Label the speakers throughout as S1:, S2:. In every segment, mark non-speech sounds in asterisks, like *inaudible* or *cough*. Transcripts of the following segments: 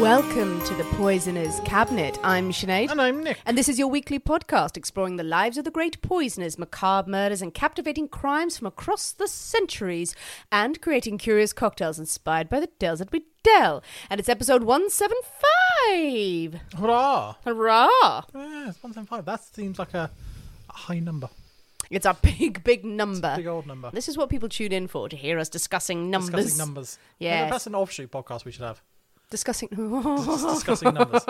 S1: Welcome to the Poisoner's Cabinet. I'm Sinead.
S2: And I'm Nick.
S1: And this is your weekly podcast exploring the lives of the great poisoners, macabre murders, and captivating crimes from across the centuries, and creating curious cocktails inspired by the tales that we tell. And it's episode 175.
S2: Hurrah!
S1: Hurrah!
S2: Yeah, it's 175. That seems like a, a high number.
S1: It's a big, big number.
S2: Big old number.
S1: This is what people tune in for to hear us discussing numbers.
S2: Discussing numbers.
S1: Yes.
S2: Yeah, that's an offshoot podcast we should have.
S1: Discussing. *laughs*
S2: Just discussing numbers.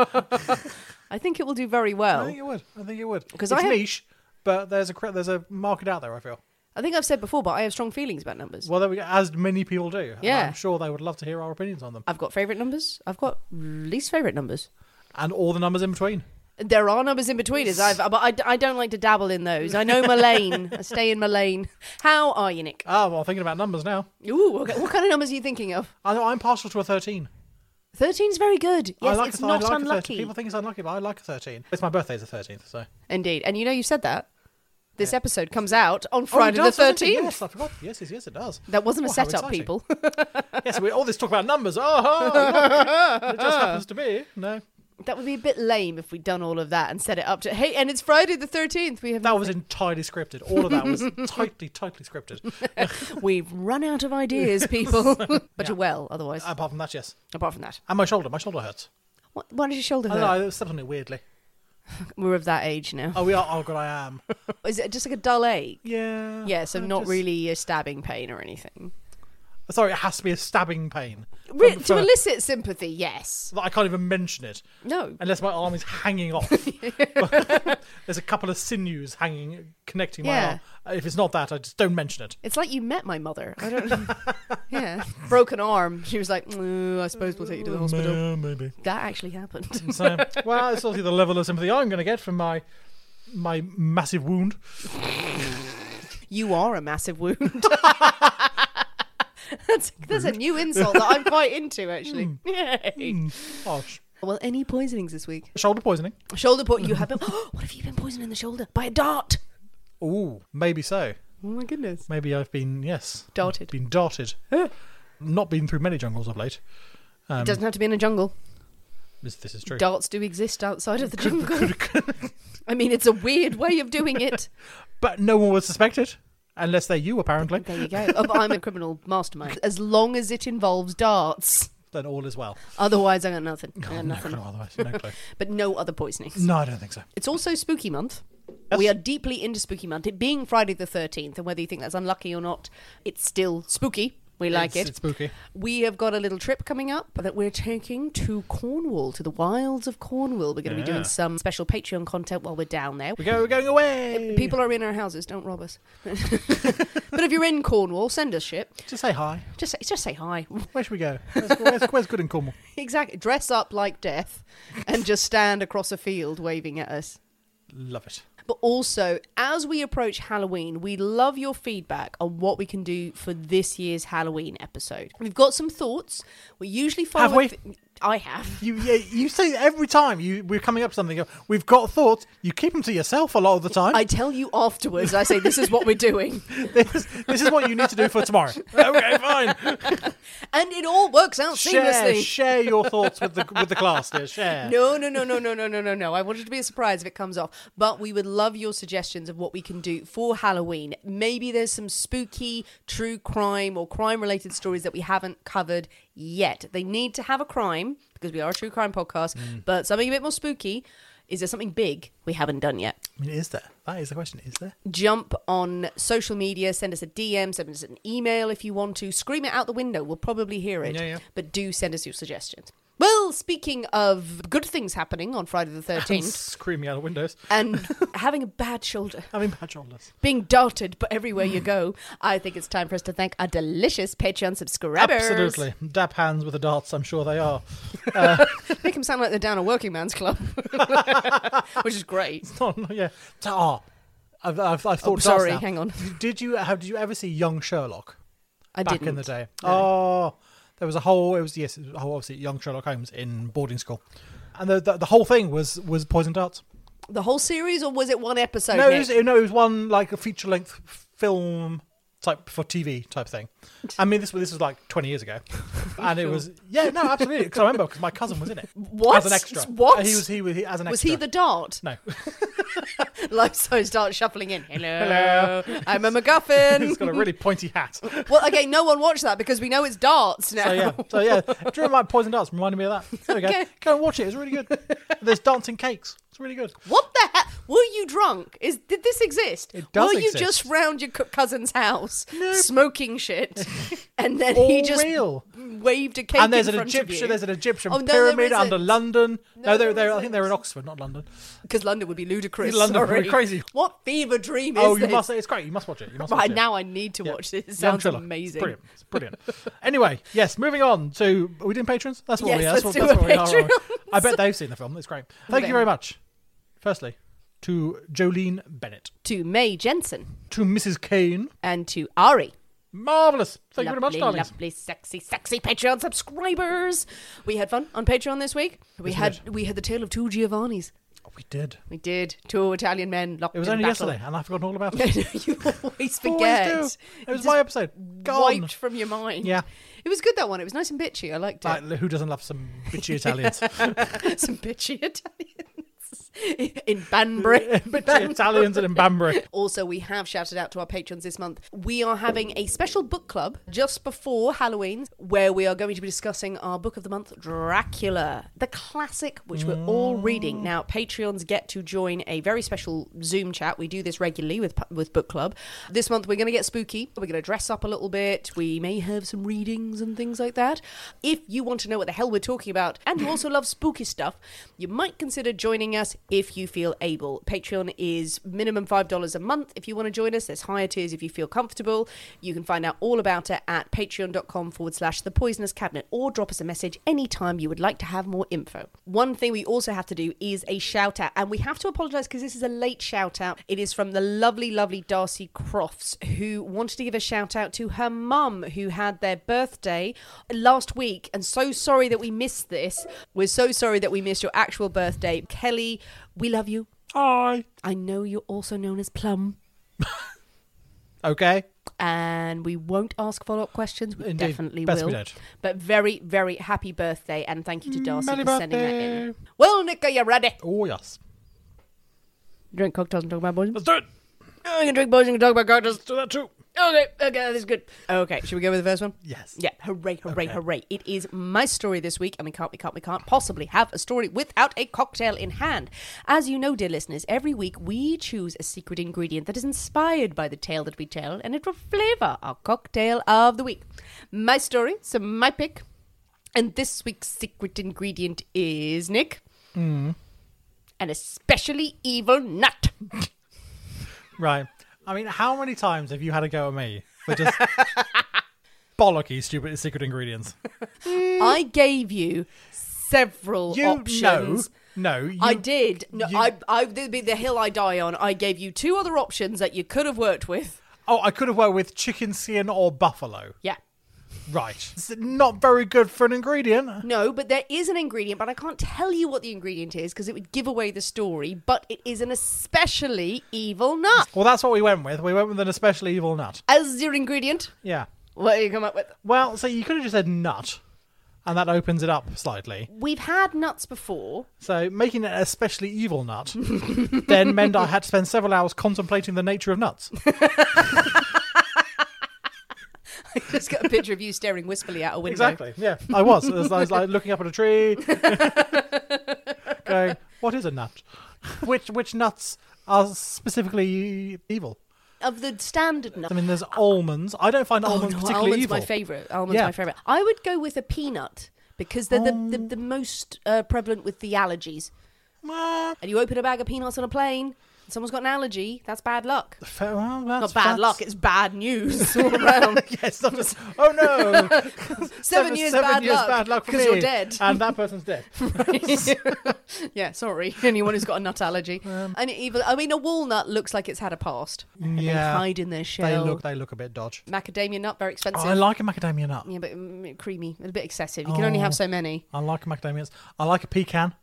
S1: I think it will do very
S2: I
S1: well.
S2: think it would. I think it would.
S1: 'Cause
S2: Because
S1: I
S2: it's
S1: have-
S2: niche, but there's a cre- there's a market out there. I feel.
S1: I think I've said before, but I have strong feelings about numbers.
S2: Well, there we go. As many people do. And
S1: Yeah.
S2: I'm sure they would love to hear our opinions on them
S1: I've got favourite numbers. I've got least favourite numbers.
S2: and all the numbers in between.
S1: There are numbers in between us, I've, but I, d- I don't like to dabble in those. I know my *laughs* lane. I stay in my lane. How are you, Nick?
S2: Ah, well, thinking about numbers now.
S1: Ooh, okay. what kind of numbers are you thinking of?
S2: I, I'm partial to a 13.
S1: 13's very good.
S2: I
S1: Yes,
S2: like
S1: it's
S2: a, I
S1: not
S2: like a 13.
S1: unlucky.
S2: People think it's unlucky, but I like a 13. It's my birthday's a 13th, so.
S1: Indeed. And you know you said that. This episode comes out on
S2: Oh, it
S1: Friday
S2: does,
S1: the
S2: doesn't it?
S1: 13th.
S2: Yes, I forgot. Yes, yes, yes, it does.
S1: That wasn't a
S2: Oh, how
S1: setup,
S2: exciting. *laughs*
S1: people.
S2: yes, we all this talk about numbers. Oh, look, it just happens to be. No,
S1: that would be a bit lame if we'd done all of that and set it up to, hey, and it's Friday the 13th. We have
S2: that was entirely scripted. All of that was tightly, tightly scripted.
S1: We've run out of ideas,
S2: *laughs*
S1: people. but you're well, otherwise.
S2: Apart from that, yes.
S1: apart from that.
S2: And my shoulder, my shoulder hurts.
S1: What, why does your shoulder
S2: I
S1: hurt?
S2: don't know, I stepped on it weirdly.
S1: We're of that age now.
S2: Oh, we are. Oh god, I am.
S1: Is it just like a dull ache?
S2: Yeah.
S1: Yeah, so
S2: I
S1: not
S2: just-
S1: really a stabbing pain or anything.
S2: Sorry, it has to be a stabbing pain.
S1: Re-
S2: For-
S1: to
S2: for-
S1: elicit sympathy, yes.
S2: that I can't even mention it
S1: No.
S2: unless my arm is hanging
S1: *laughs*
S2: off. There's a couple of sinews hanging, connecting my
S1: Yeah.
S2: arm. If it's not that, I just don't mention it.
S1: It's like you met my mother. I
S2: *laughs*
S1: don't. yeah, broken arm. She was like, "Mm, "I suppose we'll take you to the hospital."
S2: Yeah, maybe.
S1: That actually happened.
S2: So, *laughs* well, it's obviously the level of sympathy I'm going to get from my my massive wound.
S1: *laughs* You are a massive
S2: *laughs*
S1: wound. that's that's a new insult that I'm quite into, actually.
S2: Hmm.
S1: Yay.
S2: Oh, sh-
S1: Well, any poisonings this week?
S2: shoulder poisoning.
S1: Shoulder poison. You have *gasps* been. what have you been poisoned in the shoulder by a dart?
S2: Ooh, maybe so.
S1: Oh my goodness.
S2: Maybe I've been yes
S1: Darted.
S2: been darted. Not been through many jungles of late.
S1: it doesn't have to be in a jungle.
S2: This, this is true.
S1: Darts do exist outside
S2: *laughs*
S1: of the jungle. I mean, it's a weird way of doing it.
S2: but no one would suspect it unless they're you, apparently.
S1: *laughs* There you go. Oh, but I'm a criminal mastermind. As long as it involves darts.
S2: Then all is well.
S1: Otherwise, I got nothing. I got
S2: No,
S1: nothing.
S2: no, otherwise,
S1: *laughs*
S2: no clue.
S1: But no other poisonings.
S2: No, I don't think so.
S1: It's also spooky month. We are deeply into spooky month. It being Friday the 13th, and whether you think that's unlucky or not, it's still spooky. We like
S2: It's-
S1: it.
S2: it's spooky.
S1: We have got a little trip coming up that we're taking to Cornwall, to the wilds of Cornwall. We're going to be
S2: Yeah.
S1: doing some special Patreon content while we're down there.
S2: We go. We're going away.
S1: People are in our houses. Don't rob us. *laughs* but if you're in Cornwall, send us shit.
S2: Just say hi.
S1: Just say, just say hi. *laughs*
S2: Where should we go? Where's, where's, where's good in Cornwall?
S1: exactly. Dress up like death, and just stand across a field waving at us.
S2: Love it.
S1: But also, as we approach Halloween, we love your feedback on what we can do for this year's Halloween episode. We've got some thoughts. We usually follow.
S2: Have we?
S1: th- I have.
S2: You yeah, you say every time you we're coming up with something. you go, We've got thoughts. You keep them to yourself a lot of the time.
S1: I tell you afterwards. I say this is what we're doing,
S2: *laughs* this, this is what you need to do for tomorrow. *laughs* okay, fine.
S1: and it all works out
S2: Share,
S1: seamlessly.
S2: share your thoughts with the with the class. Dear. Share.
S1: No, no, no, no, no, no, no, no, no. I want it to be a surprise if it comes off. But we would love your suggestions of what we can do for Halloween. Maybe there's some spooky true crime or crime related stories that we haven't covered yet. They need to have a crime because we are a true crime podcast, but something a bit more spooky. Is there something big we haven't done yet?
S2: I mean, is there? That is the question. Is there?
S1: jump on social media, send us a DM, send us an email if you want to. Scream it out the window. We'll probably hear it.
S2: Yeah, yeah.
S1: But do send us your suggestions. Well, speaking of good things happening on Friday the
S2: *laughs*
S1: 13th
S2: Screaming out of windows.
S1: and having a bad shoulder,
S2: I mean, bad shoulders.
S1: being darted but everywhere you go, I think it's time for us to thank our delicious Patreon subscribers.
S2: Absolutely. Dap hands with the darts. I'm sure they are. *laughs*
S1: Make them sound like they're down a working man's club, which is great.
S2: Oh, no, yeah. So- Oh, I've, I've, I've thought.
S1: Oh,
S2: darts
S1: sorry,
S2: now.
S1: hang on.
S2: Did you have? Did you ever see Young Sherlock?
S1: I
S2: back
S1: didn't.
S2: in the day. Oh, there was a whole. It was yes, it was a whole, obviously young Sherlock Holmes in boarding school, and the the, the whole thing was was poison darts.
S1: The whole series, or was it one episode?
S2: no, it
S1: Nick?
S2: was, no, it was one like a feature length film type for TV type thing. I mean, this was this was like twenty
S1: *laughs*
S2: years ago, and it was yeah, no, absolutely. Because I remember because my cousin was in it
S1: What?
S2: as an extra. Uh,
S1: What?
S2: he was? He was he, as an
S1: Was
S2: extra.
S1: he the dart?
S2: no? *laughs*
S1: *laughs* Life size dart shuffling in. Hello. *laughs* I'm a
S2: *laughs*
S1: MacGuffin.
S2: He's got a really pointy
S1: *laughs*
S2: hat.
S1: well, okay, no one watched that because we know it's darts now.
S2: So yeah, so yeah. During my poison darts reminded me of that. There we
S1: *laughs*
S2: go.
S1: Okay.
S2: Go and watch it. It's really good. There's dancing cakes. It's really good.
S1: *laughs* What the heck? Were you drunk? Is did this exist?
S2: It does
S1: Were
S2: exist.
S1: you just round your co- cousin's house smoking
S2: *laughs*
S1: shit, and then he
S2: All
S1: just
S2: real.
S1: waved a cake?
S2: and there's
S1: in
S2: an
S1: front of you?
S2: Egyptian. There's an Egyptian
S1: Oh, no, there
S2: pyramid under
S1: isn't.
S2: London. No,
S1: No, there
S2: they're, they're I think they're in
S1: isn't.
S2: Oxford, not London.
S1: because London would be ludicrous.
S2: *laughs* London would
S1: sorry.
S2: be crazy.
S1: What fever dream is
S2: oh, you
S1: this?
S2: must. It's great. You must watch it. You must
S1: *laughs*
S2: watch
S1: Right
S2: it.
S1: now, I need to
S2: Yeah.
S1: watch this.
S2: Young
S1: It sounds
S2: Sherlock. It's
S1: amazing.
S2: brilliant.
S1: *laughs*
S2: It's brilliant. anyway, yes. Moving on to are we doing patrons? That's what
S1: Yes,
S2: we are. That's
S1: let's do
S2: what, that's
S1: a
S2: what we are. aren't we?
S1: Patreon.
S2: I bet they've seen the film. It's great. Thank
S1: bet.
S2: you very much. Firstly, to Jolene Bennett,
S1: To May Jensen
S2: to Mrs. Kane,
S1: and to Ari.
S2: marvelous. Thank you very much,
S1: lovely,
S2: darlings.
S1: Lovely, sexy, sexy Patreon subscribers. We had fun on Patreon this week. We had we had the tale of two Giovannis.
S2: Oh, we did.
S1: We did two Italian men locked
S2: It was
S1: in
S2: only
S1: battle.
S2: yesterday, and I've forgotten
S1: *laughs*
S2: all about it.
S1: you always forget.
S2: Always do. It was
S1: Just
S2: my episode. Gone.
S1: Wiped from your mind.
S2: Yeah.
S1: It was good that one. It was nice and bitchy. I liked it.
S2: Like, who doesn't love some
S1: *laughs*
S2: bitchy Italians? *laughs*
S1: Some bitchy Italians *laughs* in Banbury.
S2: *laughs* bitchy Italians and in Banbury.
S1: *laughs* Also, we have shouted out to our patrons this month. We are having a special book club just before Halloween where we are going to be discussing our book of the month, Dracula, the classic, which we're all reading. Now, Patreons get to join a very special Zoom chat. We do this regularly with, with Book Club. This month, we're going to get spooky. We're going to dress up a little bit. We may have some readings and things like that. If you want to know what the hell we're talking about and you also love spooky stuff, you might consider joining us if you feel able. Patreon is minimum $5 a month if you want to join us. There's higher tiers if you feel comfortable. You can find out all about it at patreon.com forward slash the poisonous cabinet or drop us a message anytime you would like to have more info. One thing we also have to do is a shout out, and we have to apologize because this is a late shout out. It is from the lovely, lovely Darcy Crofts who wanted to give a shout out to her mum who had their birthday last week. And so sorry that we missed this. We're so sorry that we missed your actual birthday. Kelly, we love you.
S2: Hi.
S1: I know you're also known as Plum,
S2: Okay.
S1: and we won't ask follow up questions. We
S2: Indeed.
S1: definitely
S2: Best we
S1: will.
S2: don't.
S1: But very, very happy birthday, and thank you to Darcy
S2: Merry
S1: for sending that in.
S2: birthday.
S1: Well, Nick, are you ready?
S2: Oh yes.
S1: Drink cocktails and talk about boys.
S2: Let's do it.
S1: Oh, we can drink boys and we can talk about cocktails.
S2: Do that too.
S1: Okay, okay, this is good. Okay, should we go with the first one?
S2: Yes.
S1: Yeah, hooray, hooray, hooray. It is my story this week, and we can't, we can't, we can't possibly have a story without a cocktail in hand. As you know, dear listeners, every week we choose a secret ingredient that is inspired by the tale that we tell, and it will flavour our cocktail of the week. My story, so my pick. And this week's secret ingredient is, Nick, an especially evil nut.
S2: Right. I mean, how many times have you had a go at me for just *laughs* bollocky, stupid secret ingredients?
S1: I gave you several
S2: You
S1: options.
S2: no, no. You,
S1: I did. No,
S2: you-
S1: I, I, there'd be the hill I die on. I gave you two other options that you could have worked with.
S2: Oh, I could have went with chicken skin or buffalo.
S1: Yeah.
S2: Right. It's not very good for an ingredient.
S1: No, but there is an ingredient, but I can't tell you what the ingredient is because it would give away the story. But it is an especially evil nut.
S2: Well, that's what we went with. We went with an especially evil nut.
S1: As your ingredient,
S2: Yeah.
S1: what do you come up with?
S2: Well, so you could have just said nut, and that opens it up slightly.
S1: We've had nuts before. *laughs*
S2: So making it an especially evil nut then meant I had to spend several hours contemplating the nature
S1: *laughs*
S2: of nuts.
S1: I just got a picture of you staring wistfully out a window.
S2: Exactly. Yeah, I was. I was, I was like looking up at a
S1: *laughs*
S2: tree, going, "What is a nut? Which which nuts are specifically evil?"
S1: Of the standard nut.
S2: I mean, there's almonds. I don't find almonds
S1: Oh, no,
S2: particularly
S1: almonds
S2: evil.
S1: my favorite. Almonds
S2: Yeah. Oh.
S1: my favorite. I would go with a peanut because they're the, the, the most uh, prevalent with the allergies.
S2: Well,
S1: And you open a bag of peanuts on a plane, and someone's got an allergy. That's bad luck.
S2: fair- well, that's-
S1: Not bad
S2: that's-
S1: luck. It's bad
S2: *laughs*
S1: news all around.
S2: Yes, that was- oh
S1: *laughs*
S2: no!
S1: seven years,
S2: seven
S1: bad,
S2: years
S1: luck,
S2: bad luck for
S1: because you're
S2: me. *laughs*
S1: dead.
S2: and that person's dead.
S1: *laughs* yeah, sorry. *laughs* Anyone who's got a nut
S2: *laughs*
S1: allergy.
S2: Um,
S1: and even I mean, a walnut looks like it's had a past. And
S2: Yeah.
S1: they hide in their
S2: They
S1: shell.
S2: look, they look a bit dodge.
S1: Macadamia nut, very
S2: Oh,
S1: expensive.
S2: I like a macadamia nut.
S1: yeah, but mm, creamy, a bit excessive. You can only
S2: Oh.
S1: have so many.
S2: I like macadamias. I like a pecan.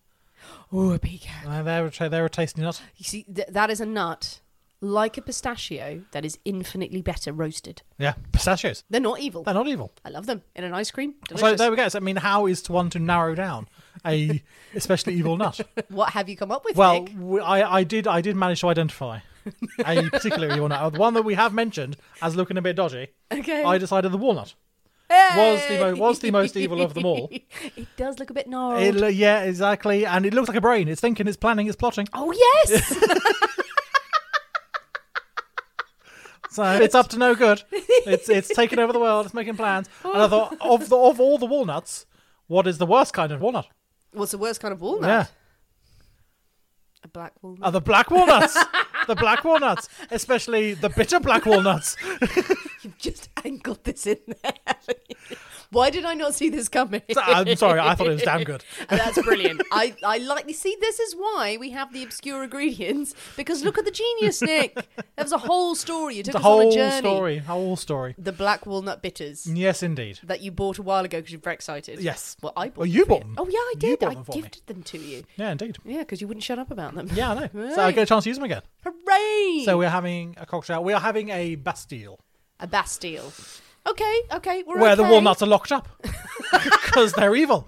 S1: Oh, a pecan.
S2: Uh, They're a, ta- they're a tasty nut.
S1: You see, th- that is a nut like a pistachio that is infinitely better roasted.
S2: Yeah, pistachios.
S1: They're not evil.
S2: They're not evil.
S1: I love them in an ice cream.
S2: So
S1: Delicious.
S2: there we go. So, I mean, how is to one to narrow down
S1: *laughs*
S2: a especially evil nut?
S1: what have you come up with?
S2: Well,
S1: Nick? *laughs*
S2: we, I, I did I did manage to identify a particular evil nut. The one that we have mentioned as looking a bit dodgy.
S1: Okay.
S2: I decided the walnut was the mo- was the most evil of them all.
S1: *laughs* it does look a bit gnarled.
S2: It, lo- yeah, exactly. And it looks like a brain. It's thinking. It's planning. It's plotting.
S1: oh yes. *laughs*
S2: So it's up to no good. It's
S1: *laughs*
S2: it's taking over the world. It's making plans. And I thought of the, of all the walnuts, what is the worst kind of walnut?
S1: What's the worst kind of walnut?
S2: Yeah, Uh,
S1: A black walnut.
S2: are the black walnuts. the black walnuts, especially the bitter black walnuts.
S1: *laughs* You've just angled this in there. *laughs* haven't you? Why did I not see this coming?
S2: I'm sorry. I thought it was damn good.
S1: That's brilliant. I, I like you see this is why we have the obscure ingredients because look at the genius, Nick. That was a whole story. You took
S2: The
S1: us on a
S2: whole
S1: journey.
S2: story. Whole story.
S1: The black walnut bitters
S2: Yes, indeed.
S1: that you bought a while ago because you were very excited.
S2: Yes.
S1: Well, I bought.
S2: Well, you
S1: for
S2: bought them.
S1: Oh yeah, I
S2: You
S1: did.
S2: bought
S1: I
S2: them for me.
S1: gifted them to you.
S2: Yeah, indeed.
S1: Yeah, because you wouldn't shut up about them.
S2: Yeah, I know. So I
S1: Right.
S2: get a chance to use them again.
S1: Hooray!
S2: So we're having a cocktail. We are having a Bastille
S1: a Bastille. Okay, okay, we're
S2: where the
S1: okay.
S2: walnuts are locked up *laughs* because they're evil.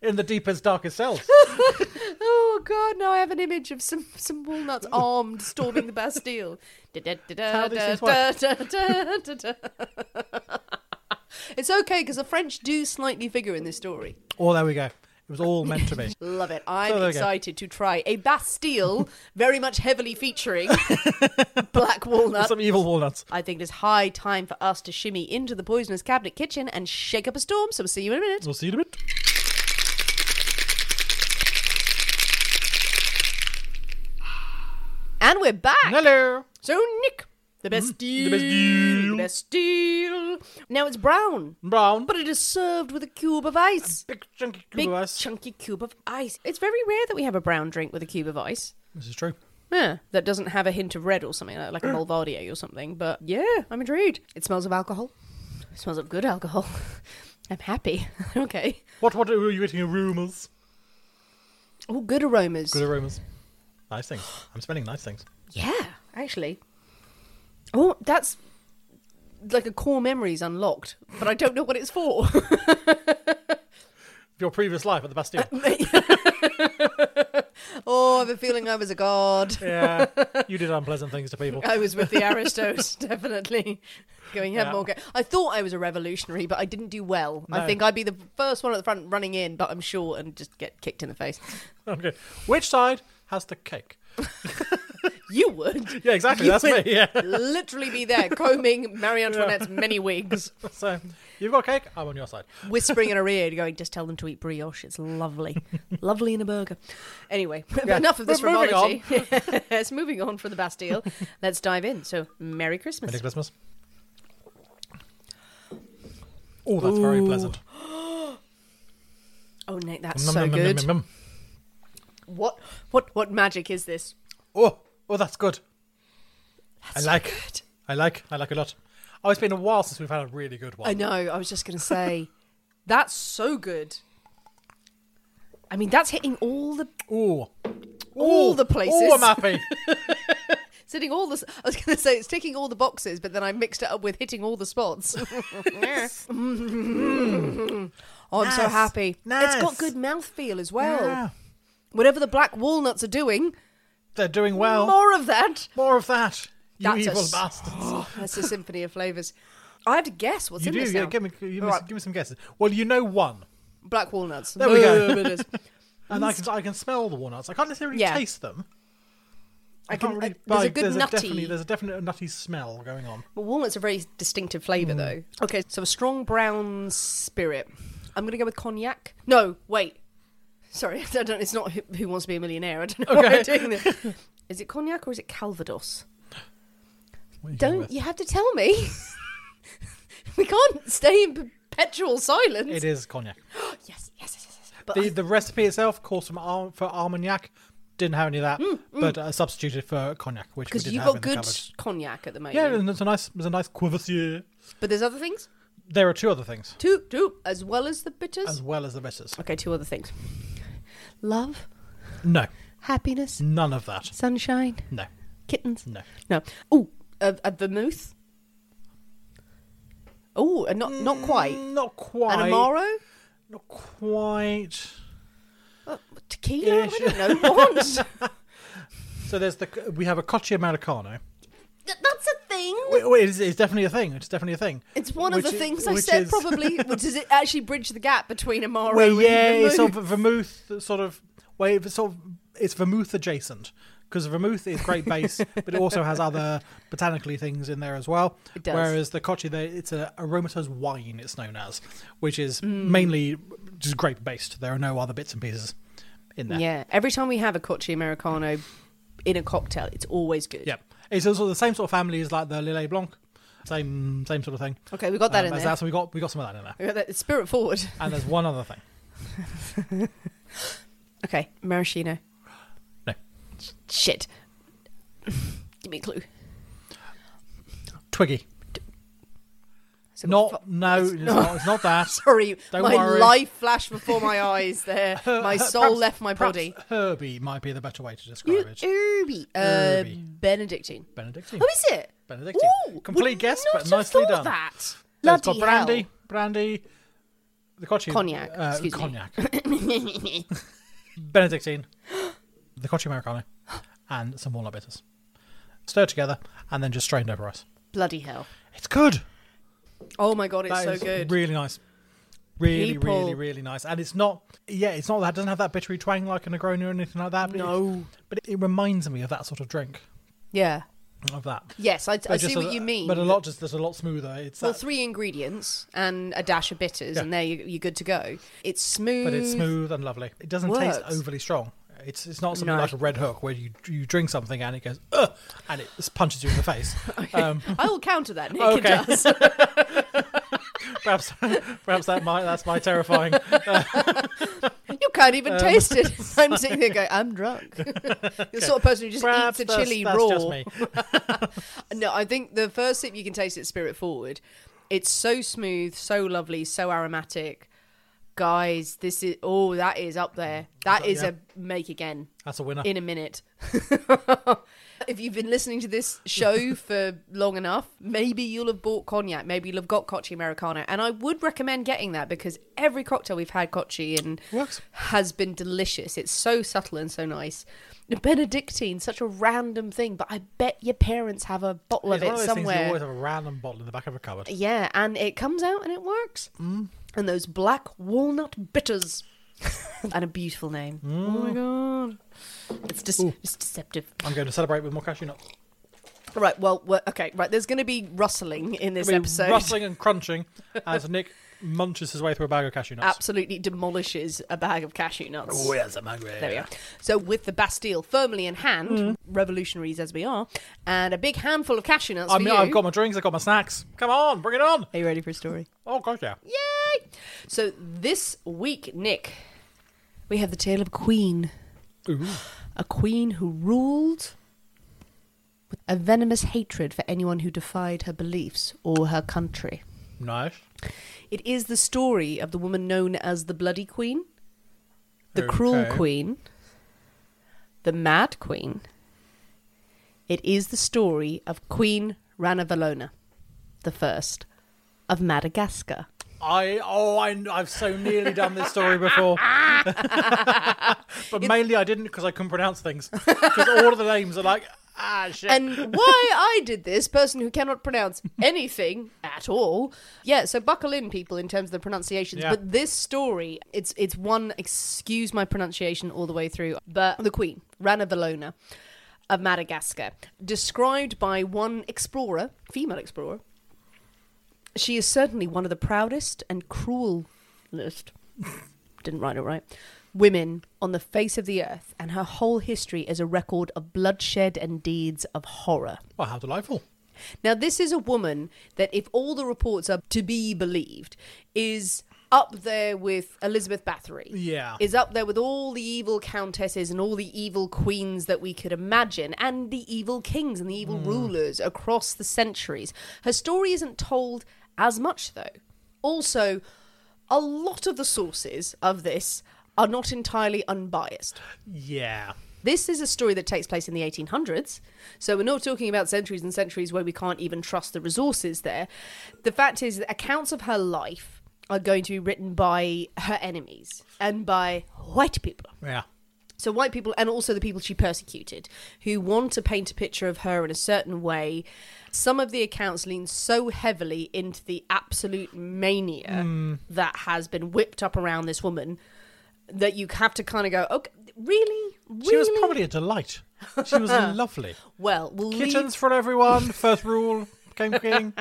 S2: In the deepest, darkest cells.
S1: Oh God! Now I have an image of some some walnuts
S2: *laughs*
S1: armed storming the Bastille.
S2: how these things work.
S1: It's okay because the French do slightly figure in this story.
S2: Oh, there we go. It was all meant
S1: *laughs*
S2: to be.
S1: Love it! I'm
S2: there we go.
S1: excited to try a Bastille, very much heavily
S2: *laughs*
S1: featuring black walnut.
S2: Some evil walnuts.
S1: I think it is high time for us to shimmy into the poisonous cabinet kitchen and shake up a storm. So we'll see you in a minute.
S2: We'll see you in a bit.
S1: And we're back.
S2: Hello.
S1: So Nick, Mm-hmm. the best deal,
S2: best deal.
S1: the best deal. Now it's brown,
S2: Brown.
S1: but it is served with a cube of ice.
S2: Big chunky
S1: Big
S2: cube of ice.
S1: chunky cube of ice. It's very rare that we have a brown drink with a cube of ice.
S2: This is true.
S1: Yeah, that doesn't have a hint of red or something like, like a Molvardio or something. But yeah, I'm intrigued. It smells of alcohol. It smells of good alcohol. *laughs* I'm happy. *laughs* okay.
S2: What what are you eating? Aromas.
S1: Oh, good aromas.
S2: Good aromas. Nice things. I'm smelling nice things.
S1: yeah, actually. Oh, that's like a core memory's unlocked, but I don't know what it's for.
S2: Your previous life at the Bastille.
S1: *laughs* oh, I have a feeling I was a god.
S2: yeah. You did unpleasant things to
S1: *laughs*
S2: people.
S1: I was with the aristos,
S2: *laughs*
S1: definitely. Going, have
S2: Yeah.
S1: more go. I thought I was a revolutionary, but I didn't do well. I
S2: No.
S1: think I'd be the first one at the front running in, but I'm short and just get kicked in the face.
S2: Okay. Which side has the cake?
S1: You would
S2: Yeah, exactly. That's me. *laughs* Yeah.
S1: literally be there combing Marie Antoinette's many wigs,
S2: So you've got cake. I'm on your side.
S1: whispering in her ear, going, just tell them to eat brioche. It's lovely. lovely in a burger. Anyway, *laughs* but
S2: Yeah.
S1: enough of this
S2: We're moving
S1: frivolity. *laughs* yes, moving on from the Bastille. Let's dive in. So, Merry Christmas.
S2: Merry Christmas. Oh, that's very pleasant.
S1: Oh, Nick, that's
S2: Nom,
S1: so
S2: nom, nom,
S1: good.
S2: nom, nom, nom.
S1: What, what, what magic is this?
S2: Oh, oh, that's good. I like.
S1: Good.
S2: I like. I like a lot. Oh, it's been a while since we've had a really good one.
S1: I know. I was just going to
S2: *laughs*
S1: say, that's so good. I mean, that's hitting all the
S2: Ooh.
S1: all the places.
S2: Oh,
S1: *laughs*
S2: I'm happy.
S1: It's hitting all the. s- I was going to say it's ticking all the boxes, but then I mixed it up with hitting all the
S2: *laughs*
S1: spots. *laughs* oh, I'm so
S2: Nice.
S1: happy. It's got
S2: Nice.
S1: good mouthfeel as well.
S2: Yeah.
S1: Whatever the black walnuts are doing,
S2: They're doing well. More,
S1: more of that. *laughs*
S2: of that. You
S1: That's a
S2: evil
S1: s- *gasps*
S2: bastards.
S1: That's a symphony of flavors. I have to guess what's
S2: You
S1: in
S2: do.
S1: this
S2: Yeah,
S1: now.
S2: give me, give, me,
S1: All right,
S2: give me some guesses. Well, you know one,
S1: black walnuts.
S2: There we go.
S1: Boom, it
S2: *laughs*
S1: is.
S2: and I can I can smell the walnuts. I can't necessarily
S1: Yeah.
S2: taste them.
S1: I can,
S2: can't really,
S1: uh, there's a
S2: like,
S1: good
S2: there's
S1: nutty.
S2: A definitely, there's a definite nutty smell going on.
S1: Well, walnuts are very distinctive flavour, though. Hmm. Okay, so a strong brown spirit. I'm going to go with cognac. No, wait. Sorry, *laughs* I don't, it's not Who, Who Wants to Be a Millionaire. I don't know why I'm doing this.
S2: *laughs*
S1: Is it cognac or is it Calvados?
S2: What are you going
S1: Don't
S2: with?
S1: you have to tell me? *laughs* we can't stay in perpetual silence.
S2: It is cognac.
S1: Yes, yes, yes, yes. yes. But *gasps*
S2: The, the recipe itself calls for, Ar- for Armagnac. Didn't have any of that, but uh, substituted for cognac, which we
S1: because
S2: didn't
S1: Mm, you've
S2: have
S1: got
S2: in the
S1: good
S2: cupboard.
S1: cognac at the moment.
S2: Yeah, and it's a nice, it's a nice courvoisier.
S1: But there's other things
S2: There are two other things,
S1: too, too, as well as the bitters.
S2: as well as the bitters.
S1: okay, two other things. Love,
S2: No,
S1: happiness,
S2: none of that.
S1: sunshine.
S2: No,
S1: Kittens.
S2: no.
S1: No. Oh, a, a vermouth. Oh, not not quite.
S2: Not Mm, quite.
S1: An amaro. Uh,
S2: Not quite.
S1: Tequila.
S2: Ish.
S1: I don't know.
S2: *laughs*
S1: What? Th-
S2: So there's the we have a Coccia Americano.
S1: That's a thing.
S2: Wait, wait, it's, it's definitely a thing. It's definitely a thing.
S1: It's one
S2: Which
S1: of the
S2: i-
S1: things I
S2: which
S1: said
S2: is- *laughs*
S1: probably. Well, Does it actually bridge the gap between amaro
S2: Well,
S1: and
S2: yeah, it's sort
S1: vermouth?
S2: of vermouth, sort of. Well, it's sort of it's vermouth adjacent because vermouth is great
S1: *laughs*
S2: base, but it also has other botanically things in there as well.
S1: It does.
S2: Whereas the Coccia, there it's a aromatized wine. It's known as, which is
S1: Mm.
S2: mainly just grape based. There are no other bits and pieces in there.
S1: *laughs* Yeah. Every time we have a Cocci Americano in a cocktail, it's always good.
S2: Yeah. It's also the same sort of family as like the Lillet Blanc. Same same sort of thing. Um,
S1: Okay, we got that in
S2: that's-
S1: there.
S2: That's what we got we got some of that in there.
S1: We got that- it's Spirit forward.
S2: And there's one other thing.
S1: Okay, maraschino.
S2: No.
S1: Shit. *laughs* Give me a clue.
S2: Twiggy.
S1: So
S2: Not
S1: fu-
S2: no,
S1: *laughs*
S2: it's, not, it's not that.
S1: Sorry,
S2: *laughs* Don't
S1: my
S2: worry.
S1: life flashed before my eyes
S2: *laughs*
S1: there. My soul
S2: Perhaps-
S1: left my
S2: perhaps
S1: body.
S2: Herbie might be the better way to describe
S1: You
S2: it.
S1: Irby. Uh,
S2: Irby.
S1: Benedictine.
S2: Benedictine.
S1: Who is it?
S2: Benedictine.
S1: Ooh,
S2: Complete
S1: would
S2: guess,
S1: not
S2: but
S1: have
S2: nicely
S1: thought
S2: done.
S1: That.
S2: So it's got
S1: Bloody
S2: brandy, brandy, the Cocci,
S1: Cognac,
S2: uh,
S1: excuse me.
S2: cognac, *laughs*
S1: hell. *laughs*
S2: Benedictine, *gasps* the Cocci Americano, and some walnut bitters. Stir together and then just strained over ice.
S1: Bloody hell.
S2: It's good.
S1: Oh my god, it's
S2: That
S1: so
S2: is
S1: good.
S2: Really nice. Really,
S1: People-
S2: really, really nice. And it's not, yeah, it's not that, doesn't have that bittery twang like a Negroni or anything like that. But It,
S1: No.
S2: but it, it reminds me of that sort of drink,
S1: yeah.
S2: of that.
S1: Yes, I, I
S2: But just
S1: see
S2: a-
S1: what you mean.
S2: But a lot just, there's a lot smoother. It's
S1: Well,
S2: that,
S1: three ingredients and a dash of bitters,
S2: Yeah.
S1: and there you, you're good to go. It's smooth.
S2: but it's smooth and lovely. It doesn't taste
S1: Works.
S2: overly strong. It's it's not something
S1: No.
S2: like a red hook where you you drink something and it goes Ugh, and it just punches you in the face.
S1: *laughs*
S2: um,
S1: I will counter that, Nick.
S2: *laughs* Okay.
S1: It does.
S2: perhaps perhaps that might that's
S1: *laughs*
S2: my terrifying.
S1: You can't even
S2: Um,
S1: taste
S2: *laughs*
S1: it. I'm sitting there going, I'm drunk. You're *laughs* the sort of person who just
S2: perhaps
S1: eats a
S2: that's,
S1: chili
S2: that's
S1: raw.
S2: just me.
S1: No, I think the first sip you can taste it spirit forward. It's so smooth, so lovely, so aromatic. Guys, this is oh, that is up there. That is
S2: Oh, yeah.
S1: a make again
S2: That's a winner.
S1: in a minute. *laughs* if you've been listening to this show *laughs* for long enough, maybe you'll have bought cognac, maybe you'll have got Cocci Americano. And I would recommend getting that because every cocktail we've had Cocci in
S2: Works.
S1: has been delicious. It's so subtle and so nice. The Benedictine, such a random thing, but I bet your parents have a bottle
S2: It's
S1: of
S2: one
S1: it
S2: of those things you
S1: somewhere.
S2: always have a random bottle in the back of a cupboard.
S1: Yeah, and it comes out and it works.
S2: Mm.
S1: And those black walnut
S2: *laughs*
S1: bitters. and a beautiful name.
S2: Mm.
S1: Oh my god. It's just it's deceptive.
S2: I'm going to celebrate with more cashew nuts.
S1: Right, well, we're- okay, right. There's going to be rustling in this
S2: I mean,
S1: episode.
S2: rustling and crunching as Nick munches his way through a bag of cashew nuts.
S1: Absolutely demolishes a bag of cashew nuts.
S2: yes, I'm hungry.
S1: There we are. So, with the Bastille firmly in hand,
S2: Mm.
S1: revolutionaries as we are, and a big handful of cashew nuts
S2: I
S1: for
S2: mean,
S1: you.
S2: I've got my drinks, I've got my snacks. Come on, bring it on.
S1: Are you ready for a story?
S2: Oh, gosh, yeah.
S1: Yay! So, this week, Nick, we have the tale of a queen.
S2: Ooh.
S1: A queen who ruled with a venomous hatred for anyone who defied her beliefs or her country.
S2: Nice.
S1: It is the story of the woman known as the Bloody Queen, the Cruel
S2: Okay.
S1: Queen, the Mad Queen. It is the story of Queen Ranavalona, the first of Madagascar.
S2: I oh I I've so nearly done this
S1: *laughs*
S2: story before, but mainly I didn't because I couldn't pronounce things. Because all of the names are like ah
S1: *laughs*
S2: shit.
S1: And why I did this, person who cannot pronounce anything at all. Yeah, so buckle in, people, in terms of the pronunciations.
S2: Yeah.
S1: But this story, it's it's one. Excuse my pronunciation all the way through. But the Queen, Rana Valona of Madagascar, described by one explorer, female explorer. She is certainly one of the proudest and cruelest didn't write it right. Women on the face of the earth, and her whole history is a record of bloodshed and deeds of horror.
S2: well, how delightful.
S1: Now, this is a woman that, if all the reports are to be believed, is up there with Elizabeth Bathory.
S2: Yeah.
S1: Is up there with all the evil countesses and all the evil queens that we could imagine, and the evil kings and the evil rulers across the centuries. Her story isn't told as much, though. Also, a lot of the sources of this are not entirely unbiased.
S2: Yeah.
S1: This is a story that takes place in the 1800s, so we're not talking about centuries and centuries where we can't even trust the resources there. The fact is that accounts of her life are going to be written by her enemies and by white people.
S2: Yeah.
S1: So, white people and also the people she persecuted who want to paint a picture of her in a certain way. Some of the accounts lean so heavily into the absolute mania
S2: Hmm.
S1: that has been whipped up around this woman that you have to kind of go, okay, really? Really?
S2: She was probably a delight. She
S1: *laughs*
S2: was lovely.
S1: Well, we'll
S2: Kittens
S1: leave.
S2: for everyone. First rule. Game
S1: *laughs*
S2: king.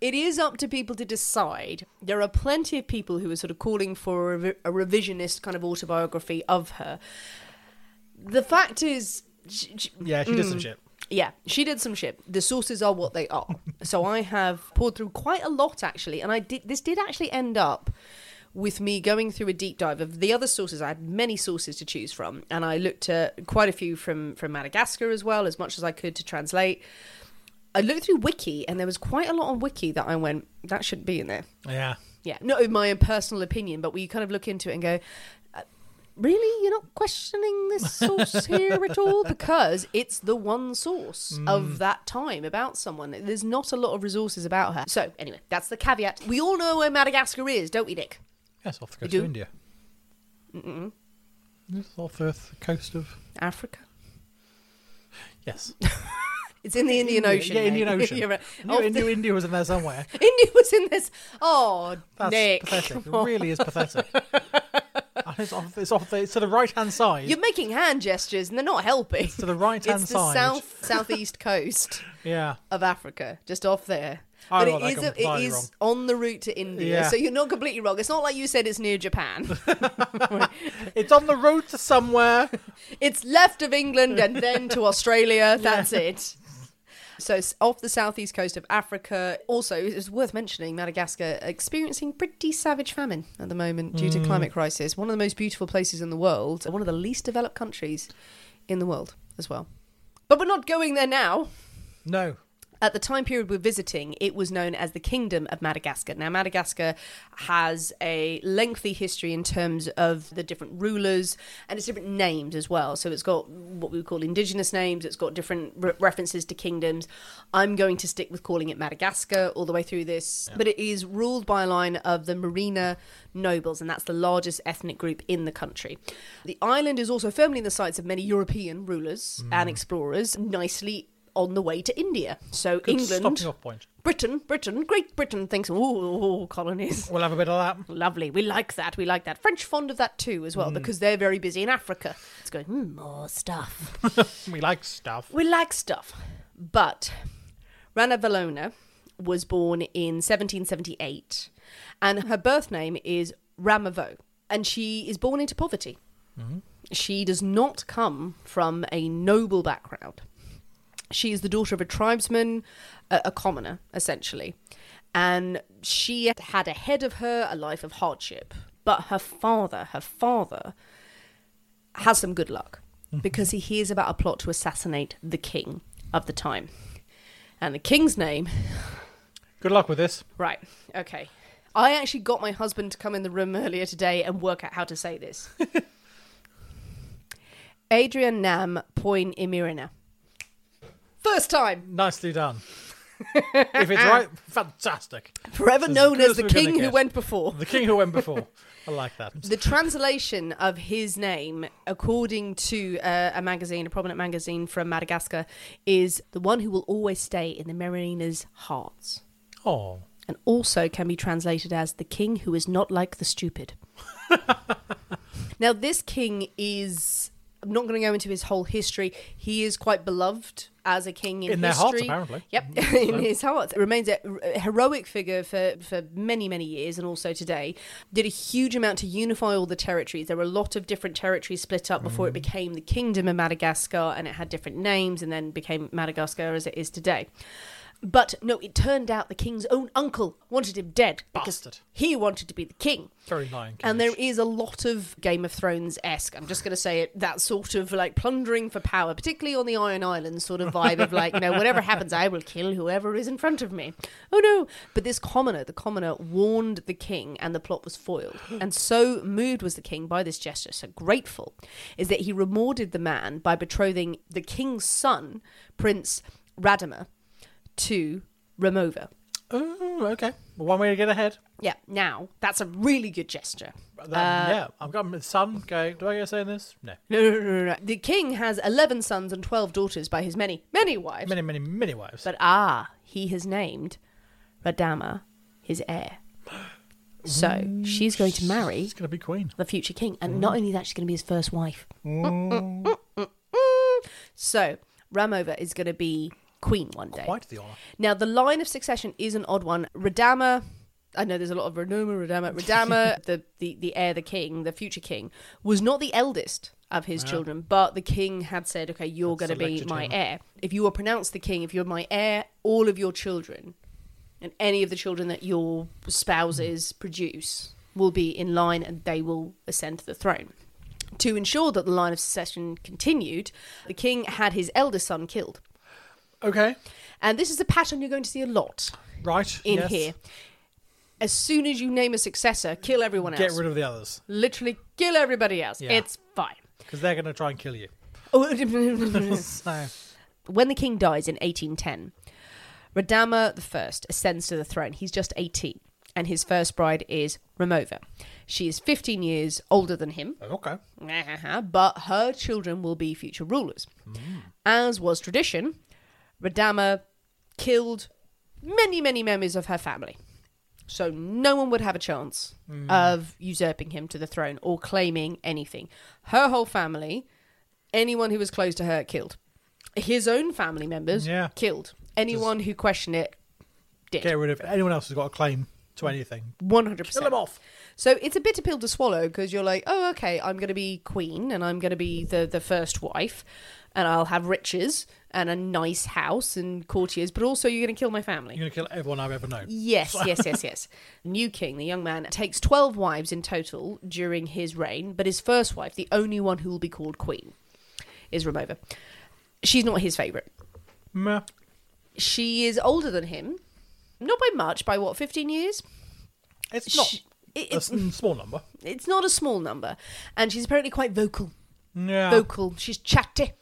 S1: It is up to people to decide. There are plenty of people who are sort of calling for a, revi- a revisionist kind of autobiography of her. The fact is, sh sh mm.
S2: Yeah, she did some shit.
S1: yeah, she did some shit. The sources are what they are. *laughs* so I have poured through quite a lot actually, and I did. This did actually end up with me going through a deep dive of the other sources. I had many sources to choose from, and I looked at quite a few from from Madagascar as well, as much as I could to translate. I looked through Wiki, and there was quite a lot on Wiki that I went, that shouldn't be in there.
S2: Yeah.
S1: Yeah, not in my own personal opinion, but we kind of look into it and go, uh, really? You're not questioning this
S2: *laughs*
S1: source here at all? Because it's the one source
S2: Mm.
S1: of that time about someone. There's not a lot of resources about her. So, anyway, that's the caveat. We all know where Madagascar is, don't we, Nick?
S2: Yes, off the coast
S1: do?
S2: of India. Mm-mm. Off the earth- coast of.
S1: Africa.
S2: Yes.
S1: It's *laughs* in the Indian Ocean. *laughs*
S2: Yeah, Indian
S1: mate.
S2: Ocean.
S1: You're right.
S2: I knew,
S1: Oh,
S2: I knew India was in there somewhere.
S1: *laughs* India was in this. Oh,
S2: That's
S1: Nick.
S2: pathetic. It
S1: come on.
S2: really is pathetic.
S1: *laughs*
S2: And it's off, it's off the, it's to the right hand side.
S1: You're making hand gestures and they're not helping.
S2: to the right-hand
S1: It's the
S2: side.
S1: south southeast coast.
S2: Yeah.
S1: of Africa, just off there.
S2: Oh,
S1: but
S2: well, that
S1: it is
S2: got
S1: a, it
S2: entirely
S1: is
S2: wrong.
S1: on the route to India,
S2: Yeah.
S1: so you're not completely wrong. It's not like you said it's near Japan. *laughs*
S2: It's on the road to somewhere.
S1: it's left of England and then
S2: *laughs*
S1: to Australia. That's it. So s- off the southeast coast of Africa. Also, it's worth mentioning Madagascar experiencing pretty savage famine at the moment due
S2: Mm.
S1: to climate crisis. One of the most beautiful places in the world, and one of the least developed countries in the world as well. But we're not going there now.
S2: No.
S1: At the time period we're visiting, it was known as the Kingdom of Madagascar. Now, Madagascar has a lengthy history in terms of the different rulers and its different names as well. So, it's got what we would call indigenous names, it's got different re- references to kingdoms. I'm going to stick with calling it Madagascar all the way through this, but it is ruled by a line of the Marina nobles, and that's the largest ethnic group in the country. The island is also firmly in the sights of many European rulers and explorers, nicely on the way to India. So
S2: Good
S1: England,
S2: Stopping off point.
S1: Britain, Britain, Great Britain thinks, ooh,
S2: *laughs*
S1: colonies.
S2: We'll have a bit of that.
S1: Lovely. We like that. We like that. French fond of that too, as
S2: Mm.
S1: well, because they're very busy in Africa. It's going, "Hmm, more stuff.
S2: We like stuff.
S1: We like stuff. But Rana Valona was born in 1778, and her birth name is Ramavo, and she is born into poverty. She does not come from a noble background. She is the daughter of a tribesman, a, a commoner, essentially. And she had ahead of her a life of hardship. But her father, her father, has some good luck because he hears about a plot to assassinate the king. of the time. And the king's name
S2: Good luck with this.
S1: Right. Okay. I actually got my husband to come in the room earlier today and work out how to say *laughs* this. Adrian Nam Poin Imirina. First time.
S2: Nicely done.
S1: *laughs*
S2: if it's right, fantastic.
S1: Forever
S2: It's as
S1: known
S2: good
S1: as
S2: as
S1: the
S2: we're gonna
S1: king who
S2: get.
S1: went before.
S2: The king who went before. I like that.
S1: *laughs* The translation of his name, according to uh, a magazine, a prominent magazine from Madagascar, is the one who will always stay in the mariners' hearts.
S2: Oh,
S1: and also can be translated as the king who is not like the
S2: *laughs*
S1: stupid. now, this king is. I'm not going to go into his whole history. He is quite beloved as a king in,
S2: In their
S1: history.
S2: hearts, apparently.
S1: Yep, in his heart. Remains a a heroic figure for, for many, many years and also today. Did a huge amount to unify all the territories. There were a lot of different territories split up before it became the Kingdom of Madagascar and it had different names and then became Madagascar as it is today. But no, it turned out the king's own uncle wanted him dead because
S2: Bastard.
S1: he wanted to be the king.
S2: very Lion King.
S1: And there is a lot of Game of Thrones esque. I'm just going to say it that sort of like plundering for power, particularly on the Iron Island sort of vibe of like, you know, whatever happens, I will kill whoever is in front of me. Oh no! But this commoner, the commoner, warned the king, and the plot was foiled. And so moved was the king by this gesture, so grateful, is that he rewarded the man by betrothing the king's son, Prince Radamer, to Ramova.
S2: Oh, okay. One way to get ahead.
S1: Yeah, now that's a really good gesture.
S2: Then,
S1: Uh,
S2: yeah, I've got my son going, do I go saying this? No.
S1: No, no, no, no, no. The king has 11 sons and 12 daughters by his many, many wives.
S2: Many, many, many wives.
S1: But ah, he has named Radama his heir. So she's going to marry
S2: She's going to be queen.
S1: the future king. And not only that, she's going to be his first wife.
S2: Mm.
S1: Mm, So Ramova is going to be queen one day.
S2: Quite the honour.
S1: Now, the line of succession is an odd one. Radama, I know there's a lot of Radama,
S2: *laughs*
S1: Radama, Radama, the, the, the heir, the king, the future king, was not the eldest of his children, but the king had said, okay, you're going to be
S2: Selected
S1: my
S2: him.
S1: heir. If you are pronounced the king, if you're my heir, all of your children and any of the children that your spouses produce will be in line and they will ascend to the throne. To ensure that the line of succession continued, the king had his eldest son killed.
S2: Okay.
S1: And this is a pattern you're going to see a lot
S2: Right.
S1: in
S2: yes.
S1: here. As soon as you name a successor, kill everyone
S2: Get
S1: else.
S2: rid of the others
S1: Literally kill everybody else.
S2: Yeah.
S1: It's fine. *laughs*
S2: because they're going to try and kill you. *laughs*
S1: Oh,
S2: So,
S1: when the king dies in 1810, Radama I ascends to the throne. He's just 18, and his first bride is Ramova. She is 15 years older than him,
S2: okay.
S1: Uh-huh. but her children will be future rulers. As was tradition, Radama killed many, many members of her family. So no one would have a chance
S2: Mm.
S1: of usurping him to the throne or claiming anything. Her whole family, anyone who was close to her, killed. His own family members
S2: Yeah.
S1: killed. Anyone who questioned it did.
S2: Get rid of anyone else who's got a claim to anything.
S1: 100%.
S2: Kill them off.
S1: So it's a bitter pill to swallow because you're like, oh, okay, I'm going to be queen and I'm going to be the, the first wife and I'll have riches and a nice house and courtiers, but also you're going to kill my family.
S2: You're going to kill everyone I've ever known.
S1: Yes, yes, yes, yes. New king, the young man, takes 12 wives in total during his reign, but his first wife, the only one who will be called queen, is Ramova. She's not his favourite.
S2: Meh.
S1: She is older than him, not by much, by what, 15 years?
S2: It's not
S1: Sh- it-
S2: a s- small number.
S1: It's not a small number. And she's apparently quite vocal.
S2: Yeah.
S1: vocal. She's chatty.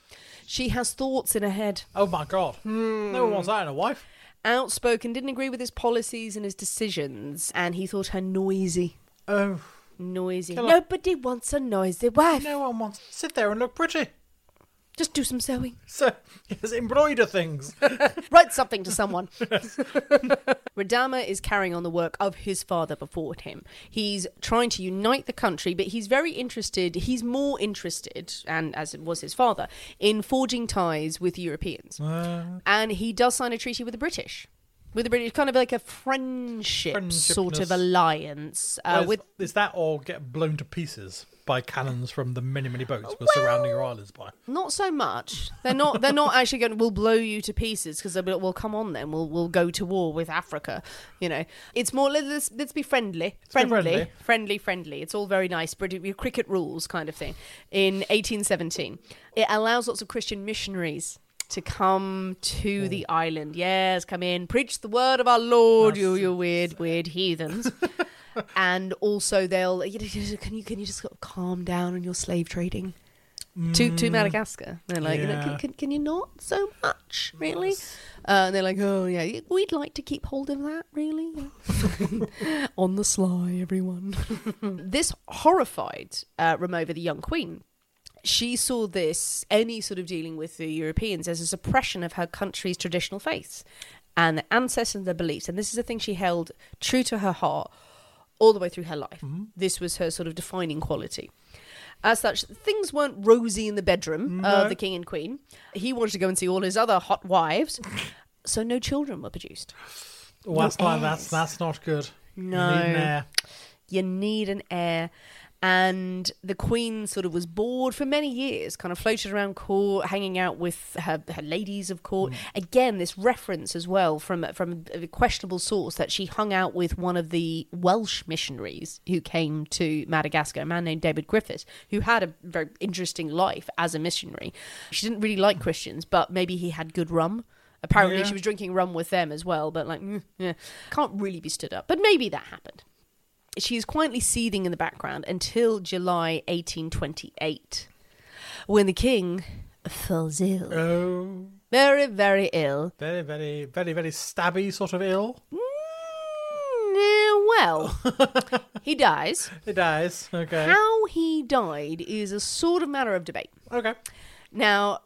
S1: She has thoughts in her head.
S2: Oh my god.
S1: Hmm.
S2: No one wants that in a wife.
S1: Outspoken, didn't agree with his policies and his decisions, and he thought her noisy.
S2: Oh,
S1: Noisy.
S2: Can I-
S1: Nobody wants a noisy wife.
S2: no one wants sit there and look pretty. *laughs*
S1: Just do some sewing.
S2: So yes, embroider things.
S1: Write something to someone. *laughs* Radama is carrying on the work of his father before him. He's trying to unite the country, but he's very interested, he's more interested, and as it was his father, in forging ties with Europeans. and he does sign a treaty with the British. With the British, kind of like a friendship sort of
S2: Friendshipness.
S1: alliance. Uh,
S2: is,
S1: with
S2: is that or get blown to pieces by cannons from the many many boats we're surrounding your islands by?
S1: not so much. They're not. They're not actually going. to, We'll blow you to pieces because they'll be like, "Well, come on, then. We'll we'll go to war with Africa." You know, it's more. let- Let's let's be friendly,
S2: be
S1: friendly, friendly,
S2: friendly.
S1: friendly, It's all very nice. British your cricket rules kind of thing. In 1817, it allows lots of Christian missionaries to come to the island. Yes, come in, preach the word of our Lord, you you weird weird
S2: *laughs*
S1: heathens. and also they'll you know, you know, *laughs* can you can you just sort of calm down on your slave trading to to Madagascar. They're like, you know,
S2: Yeah.
S1: can, can can you not so much really? Uh, and they're like, oh yeah, we'd like to keep hold of that really. *laughs* on the sly, everyone. *laughs* this horrified uh, Romova, the young queen. She saw this, any sort of dealing with the Europeans, as a suppression of her country's traditional faiths and the ancestors and their beliefs. And this is a thing she held true to her heart all the way through her life. This was her sort of defining quality. As such, things weren't rosy in the bedroom of the king and queen. He wanted to go and see all his other hot wives, so no children were produced.
S2: Well, that's, like, that's that's not good. You need
S1: No.
S2: an heir.
S1: you need an heir. And the queen sort of was bored for many years, kind of floated around court, hanging out with her, her ladies of court. Again, this reference as well from from a questionable source that she hung out with one of the Welsh missionaries who came to Madagascar, a man named David Griffiths, who had a very interesting life as a missionary. She didn't really like Christians, but maybe he had good rum. Apparently,
S2: Yeah.
S1: she was drinking rum with them as well, but like, mm, yeah, can't really be stood up. But maybe that happened. She is quietly seething in the background until July 1828, when the king falls ill.
S2: Oh,
S1: Very, very ill.
S2: very, very, very, very stabby sort of ill.
S1: Mm, eh, well, he dies.
S2: It dies. Okay.
S1: How he died is a sort of matter of debate.
S2: Okay.
S1: Now,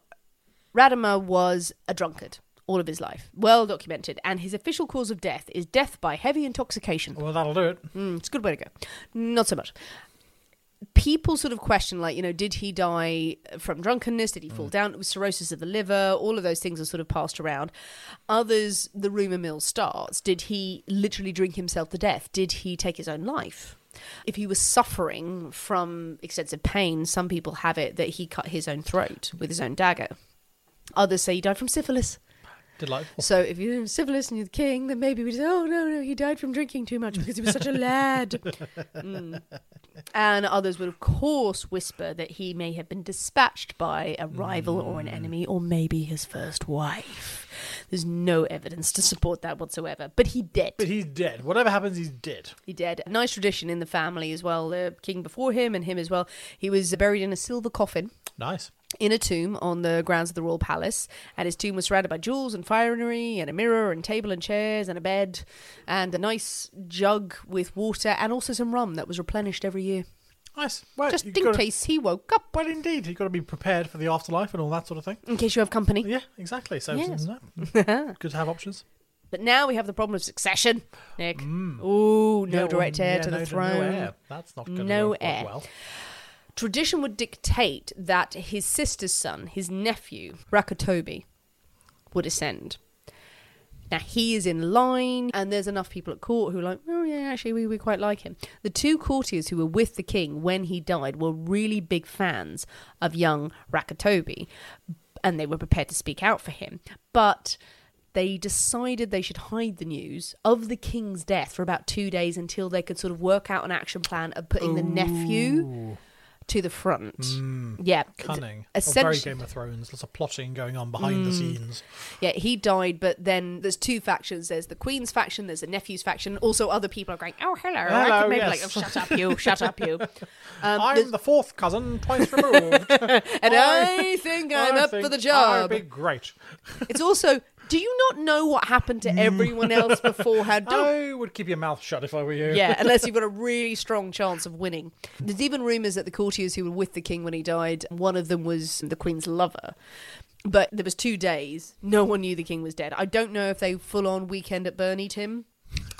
S1: Radimer was a drunkard all of his life, well documented, and his official cause of death is death by heavy intoxication.
S2: Well, that'll do it.
S1: Mm, it's a good way to go. Not so much. People sort of question, like, you know, did he die from drunkenness? Did he fall down? It was cirrhosis of the liver. All of those things are sort of passed around. Others, the rumor mill starts. Did he literally drink himself to death? Did he take his own life? If he was suffering from extensive pain, some people have it that he cut his own throat with his own dagger. Others say he died from syphilis.
S2: Delightful.
S1: So if you're in syphilis and you're the king, then maybe we just, oh, no, no, he died from drinking too much because he was such a lad. Mm. And others would, of course, whisper that he may have been dispatched by a rival or an enemy or maybe his first wife. There's no evidence to support that whatsoever, but he did.
S2: But he's dead. Whatever happens, he's dead.
S1: He did. Nice tradition in the family as well. The king before him and him as well. He was buried in a silver coffin
S2: Nice.
S1: in a tomb on the grounds of the royal palace, and his tomb was surrounded by jewels and finery, and a mirror, and table and chairs, and a bed, and a nice jug with water, and also some rum that was replenished every year,
S2: Nice. Well,
S1: just
S2: you've
S1: in
S2: gotta-
S1: case he woke up.
S2: Well, indeed, you've got to be prepared for the afterlife and all that sort of thing.
S1: In case you have company.
S2: Yeah, exactly. So
S1: Mm. Yes.
S2: no.
S1: *laughs*
S2: good to have options.
S1: But now we have the problem of succession, Nick. Ooh, no
S2: Mm. Yeah,
S1: direct
S2: well,
S1: heir
S2: yeah,
S1: to the
S2: no-
S1: throne.
S2: No heir. That's not going to
S1: No
S2: work
S1: heir.
S2: well.
S1: Tradition would dictate that his sister's son, his nephew, Rakotobi, would ascend. Now he is in line, and there's enough people at court who are like, oh yeah, actually we, we quite like him. The two courtiers who were with the king when he died were really big fans of young Rakatobi, and they were prepared to speak out for him. But they decided they should hide the news of the king's death for about two days until they could sort of work out an action plan of putting the nephew to the front. yeah,
S2: Mm. Cunning.
S1: Essentially-
S2: Oh,
S1: Mm.
S2: Very Game of Thrones. Lots of plotting going on behind the scenes.
S1: Yeah, he died, but then there's two factions. There's the Queen's faction, there's the nephew's faction. Also, other people are going, oh, hello. I
S2: Hello,
S1: could maybe
S2: yes.
S1: like, oh, shut up, you, shut up,
S2: *laughs*
S1: you. Um,
S2: I'm the fourth cousin,
S1: *laughs*
S2: twice removed.
S1: And I think I'm
S2: I
S1: up for
S2: think
S1: the job.
S2: I'll be great.
S1: It's also, do you not know what happened
S2: *laughs*
S1: to everyone else beforehand? Don't
S2: I would keep your mouth shut if I were you.
S1: yeah, unless you've got a really strong chance of winning. There's even rumours that the courtiers who were with the king when he died, one of them was the queen's lover. But there was two days. No one knew the king was dead. I don't know if they full on weekend at Bernie'd him.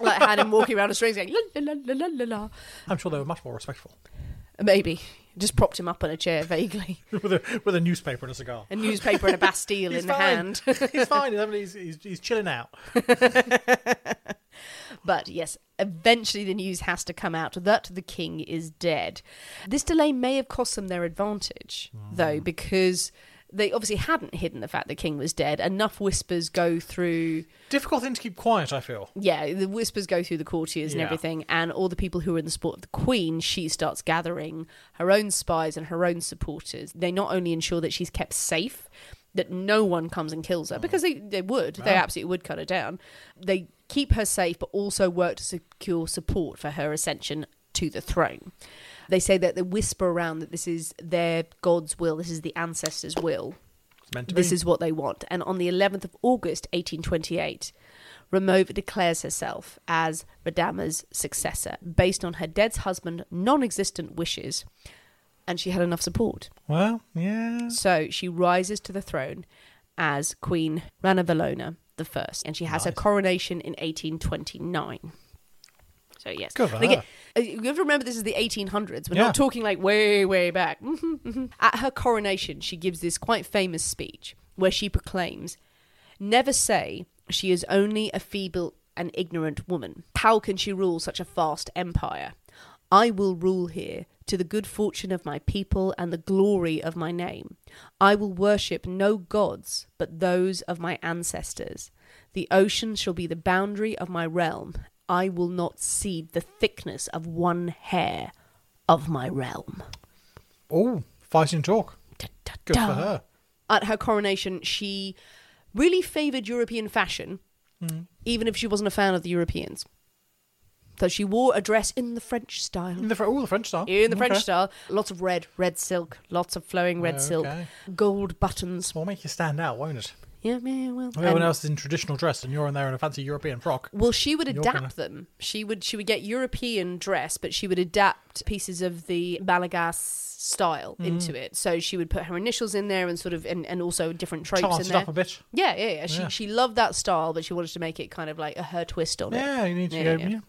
S1: Like had him walking around the strings going la la la la la la la.
S2: I'm sure they were much more respectful *laughs*
S1: Maybe. Just propped him up on a chair vaguely.
S2: with a, with a newspaper and a cigar.
S1: A newspaper and a Bastille in the hand. *laughs*
S2: *laughs* he's fine. He's, having- he's, he's, he's chilling out.
S1: But yes, eventually the news has to come out that the king is dead. This delay may have cost them their advantage, though, because they obviously hadn't hidden the fact the king was dead. Enough whispers go through,
S2: Difficult thing to keep quiet. I feel.
S1: yeah, the whispers go through the courtiers and
S2: Yeah.
S1: everything, and all the people who are in the support of the queen. She starts gathering her own spies and her own supporters. They not only ensure that she's kept safe. that no one comes and kills her because they, they would. They absolutely would cut her down. They keep her safe, but also work to secure support for her ascension to the throne. They say that they whisper around that this is their God's will, this is the ancestors' will.
S2: It's meant to
S1: This
S2: be.
S1: is what they want. And on the 11th of August, 1828, Romova declares herself as Radama's successor based on her dead husband's non existent wishes. And she had enough support.
S2: well, yeah.
S1: So she rises to the throne as Queen Ranavalona the first, and she has her coronation in 1829. So yes,
S2: Good for
S1: Like,
S2: her.
S1: uh, you have to remember this is the 1800s. We're
S2: Yeah.
S1: not talking like way, way back. Mhm, mhm. At her coronation, she gives this quite famous speech where she proclaims, "Never say she is only a feeble and ignorant woman. How can she rule such a vast empire? I will rule here to the good fortune of my people and the glory of my name. I will worship no gods but those of my ancestors. The ocean shall be the boundary of my realm. I will not cede the thickness of one hair of my realm.
S2: Oh, fighting talk.
S1: Da, da,
S2: Good
S1: da.
S2: for her.
S1: At her coronation, she really favoured European fashion,
S2: Hmm.
S1: even if she wasn't a fan of the Europeans. So she wore a dress in the French style.
S2: In the, Fr- ooh, the French style.
S1: In the French
S2: Okay. Oh,
S1: style, lots of red, red silk, lots of flowing red silk,
S2: Okay.
S1: gold buttons.
S2: Will make you stand out, won't it?
S1: Yeah, yeah, well,
S2: Everyone
S1: and-
S2: else is in traditional dress, and you're in there in a fancy European frock.
S1: Well, she would
S2: You're
S1: adapt
S2: gonna-
S1: them. She would she would get European dress, but she would adapt pieces of the Malagas style
S2: Mm.
S1: into it. So she would put her initials in there and sort of and, and also different tropes
S2: Chance
S1: in
S2: it
S1: there.
S2: up a bit.
S1: Yeah, yeah, yeah. She
S2: Yeah.
S1: she loved that style, but she wanted to make it kind of like a her twist on it.
S2: Yeah, you need to
S1: Yeah,
S2: go.
S1: yeah.
S2: Yeah.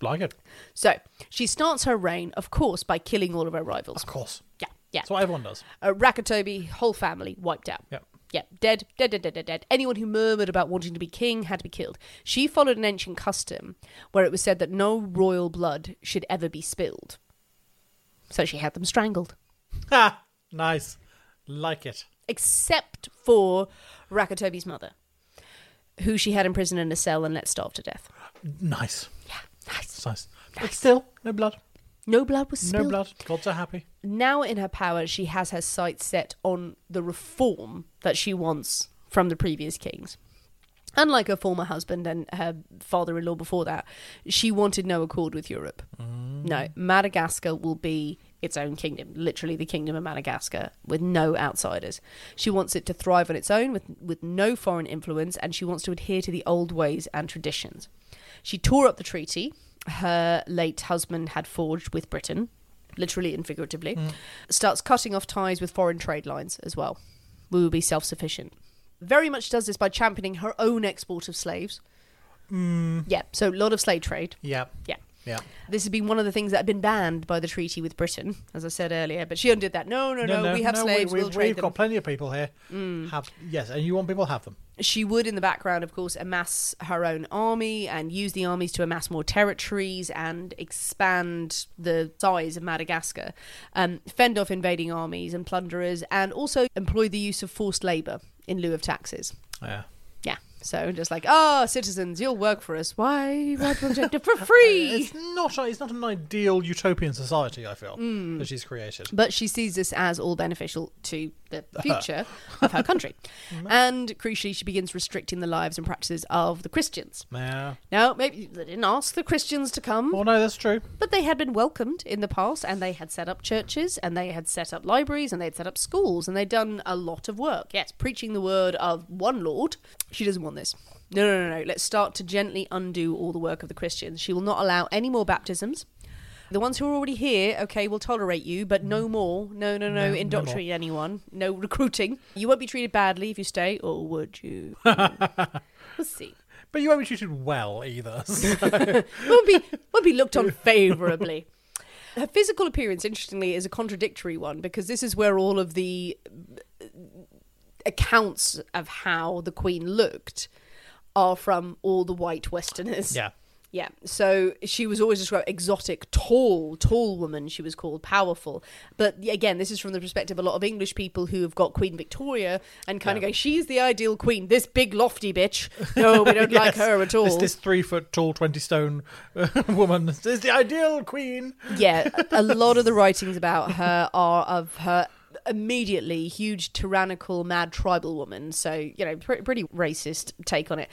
S2: Like it,
S1: So she starts her reign, of course, by killing all of her rivals.
S2: of course.
S1: Yeah, yeah.
S2: That's what everyone does.
S1: uh, Rakatobi, whole family wiped out.
S2: Yep.
S1: Yeah, dead, dead, dead, dead, dead, dead. Anyone who murmured about wanting to be king had to be killed. She followed an ancient custom where it was said that no royal blood should ever be spilled. So she had them strangled.
S2: Ha! Nice. Like it.
S1: Except for Rakatobi's mother, who she had imprisoned in a cell and let starve to death.
S2: Nice.
S1: Nice.
S2: It's nice. But still, no blood.
S1: No blood was
S2: No
S1: spilled.
S2: blood. Gods are happy.
S1: now in her power, she has her sights set on the reform that she wants from the previous kings. Unlike her former husband and her father in law before that, she wanted no accord with Europe. No, Madagascar will be its own kingdom, literally the kingdom of Madagascar, with no outsiders. She wants it to thrive on its own with, with no foreign influence, and she wants to adhere to the old ways and traditions. She tore up the treaty her late husband had forged with Britain, literally and figuratively, starts cutting off ties with foreign trade lines as well. We will be self sufficient. Very much does this by championing her own export of slaves. Yeah, so a lot of slave trade.
S2: Yeah.
S1: Yeah.
S2: Yeah.
S1: This has been one of the things that had been banned by the treaty with Britain, as I said earlier, but she undid that. No, no, no, we have slaves,
S2: We,
S1: we, will trade
S2: have
S1: them.
S2: got plenty of people here. Have yes, and you want people to have them.
S1: she would, in the background, of course, amass her own army and use the armies to amass more territories and expand the size of Madagascar, um, fend off invading armies and plunderers, and also employ the use of forced labour in lieu of taxes.
S2: Yeah.
S1: Yeah. So just like, ah, citizens, you'll work for us. Why? Why don't you- for free?
S2: It's not. a- It's not an ideal utopian society. I feel that she's created.
S1: But she sees this as all beneficial to the future of her country. And crucially, she begins restricting the lives and practices of the Christians.
S2: Yeah.
S1: Now, maybe they didn't ask the Christians to come,
S2: Well, no, that's true.
S1: but they had been welcomed in the past, and they had set up churches, and they had set up libraries, and they had set up schools, and they'd done a lot of work. Yes, preaching the word of one Lord. She doesn't want this. No, no, no, no. Let's start to gently undo all the work of the Christians. She will not allow any more baptisms. The ones who are already here, okay, will tolerate you, but no more. No, Mm. no, no, indoctrinate anyone. No recruiting. You won't be treated badly if you stay, or would *laughs* you? we'll see.
S2: But you won't be treated well either. *laughs*
S1: won't be won't be looked on favourably. Her physical appearance, interestingly, is a contradictory one because this is where all of the uh, accounts of how the Queen looked are from all the white Westerners.
S2: yeah.
S1: Yeah. So she was always described exotic, tall, tall woman. She was called powerful. But again, this is from the perspective of a lot of English people who have got Queen Victoria and kind of go, she's the ideal queen. This big, lofty bitch. No, we don't like
S2: *laughs* Yes.
S1: her at all.
S2: This, this three foot tall, twenty stone *laughs* woman is the ideal queen.
S1: yeah, a lot of the writings about her are of her immediately huge tyrannical mad tribal woman so you know pr- pretty racist take on it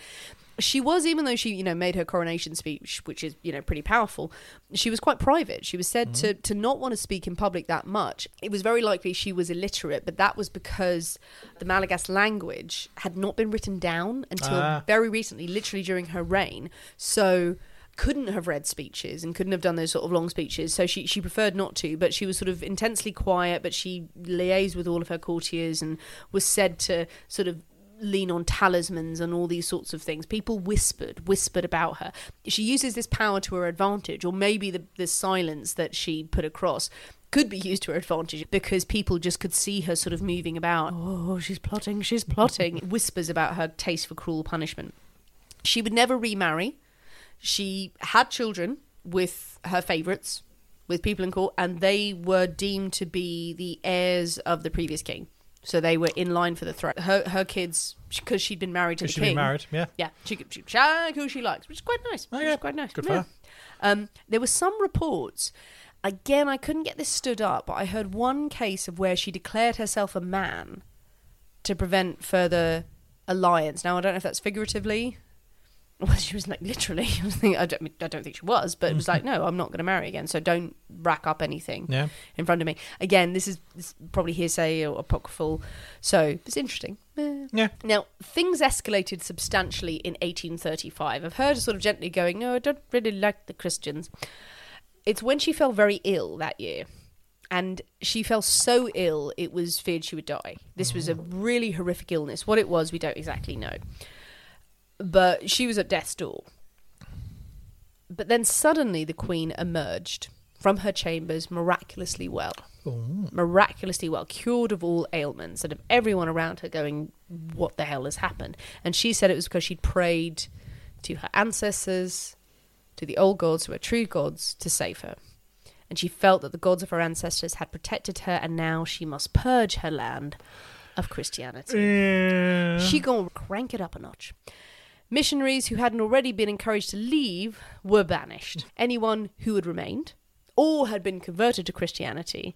S1: she was even though she you know made her coronation speech which is you know pretty powerful she was quite private she was said to to not want to speak in public that much it was very likely she was illiterate but that was because the malagas language had not been written down until
S2: Ah.
S1: very recently literally during her reign so couldn't have read speeches and couldn't have done those sort of long speeches so she she preferred not to but she was sort of intensely quiet but she liaised with all of her courtiers and was said to sort of lean on talismans and all these sorts of things. People whispered, whispered about her. She uses this power to her advantage, or maybe the, the silence that she put across could be used to her advantage because people just could see her sort of moving about. Oh, she's plotting, she's plotting. *laughs* Whispers about her taste for cruel punishment. She would never remarry. She had children with her favourites, with people in court, and they were deemed to be the heirs of the previous king. So they were in line for the throne. Her, her kids, because she'd been married to the
S2: She'd
S1: king.
S2: been married, yeah.
S1: Yeah, she could she could shag who she likes, which is quite nice.
S2: Oh,
S1: which
S2: yeah.
S1: is quite nice.
S2: Good for
S1: yeah.
S2: her.
S1: Um, there were some reports. Again, I couldn't get this stood up, but I heard one case of where she declared herself a man to prevent further alliance. Now, I don't know if that's figuratively. Well, she was like literally. *laughs* I, was thinking, I, don't, I don't think she was, but it was like, no, I'm not going to marry again. So don't rack up anything
S2: Yeah.
S1: in front of me. Again, this is, this is probably hearsay or apocryphal. So it's interesting. Eh.
S2: Yeah.
S1: Now, things escalated substantially in 1835. I've heard her sort of gently going, No, I don't really like the Christians. It's when she fell very ill that year. And she fell so ill, it was feared she would die. This was a really horrific illness. What it was, we don't exactly know. But she was at death's door. But then suddenly the Queen emerged from her chambers miraculously well. Miraculously well, cured of all ailments, and of everyone around her going, What the hell has happened? And she said it was because she'd prayed to her ancestors, to the old gods, to her true gods, to save her. And she felt that the gods of her ancestors had protected her, and now she must purge her land of Christianity. She gonna crank it up a notch. Missionaries who hadn't already been encouraged to leave were banished. Anyone who had remained or had been converted to Christianity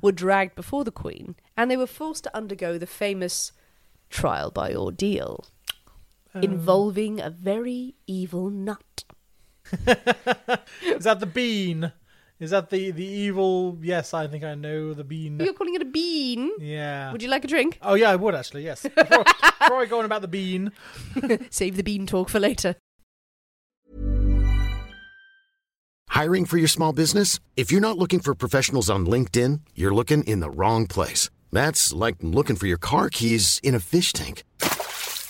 S1: were dragged before the Queen and they were forced to undergo the famous trial by ordeal involving a very evil nut.
S2: Is that the bean? Is that the the evil? Yes, I think I know the bean.
S1: You're calling it a bean?
S2: Yeah.
S1: Would you like a drink?
S2: Oh yeah, I would
S1: *laughs*
S2: actually. Yes. Before, before I go on about the bean,
S1: Save the bean talk for later.
S3: Hiring for your small business? If you're not looking for professionals on LinkedIn, you're looking in the wrong place. That's like looking for your car keys in a fish tank.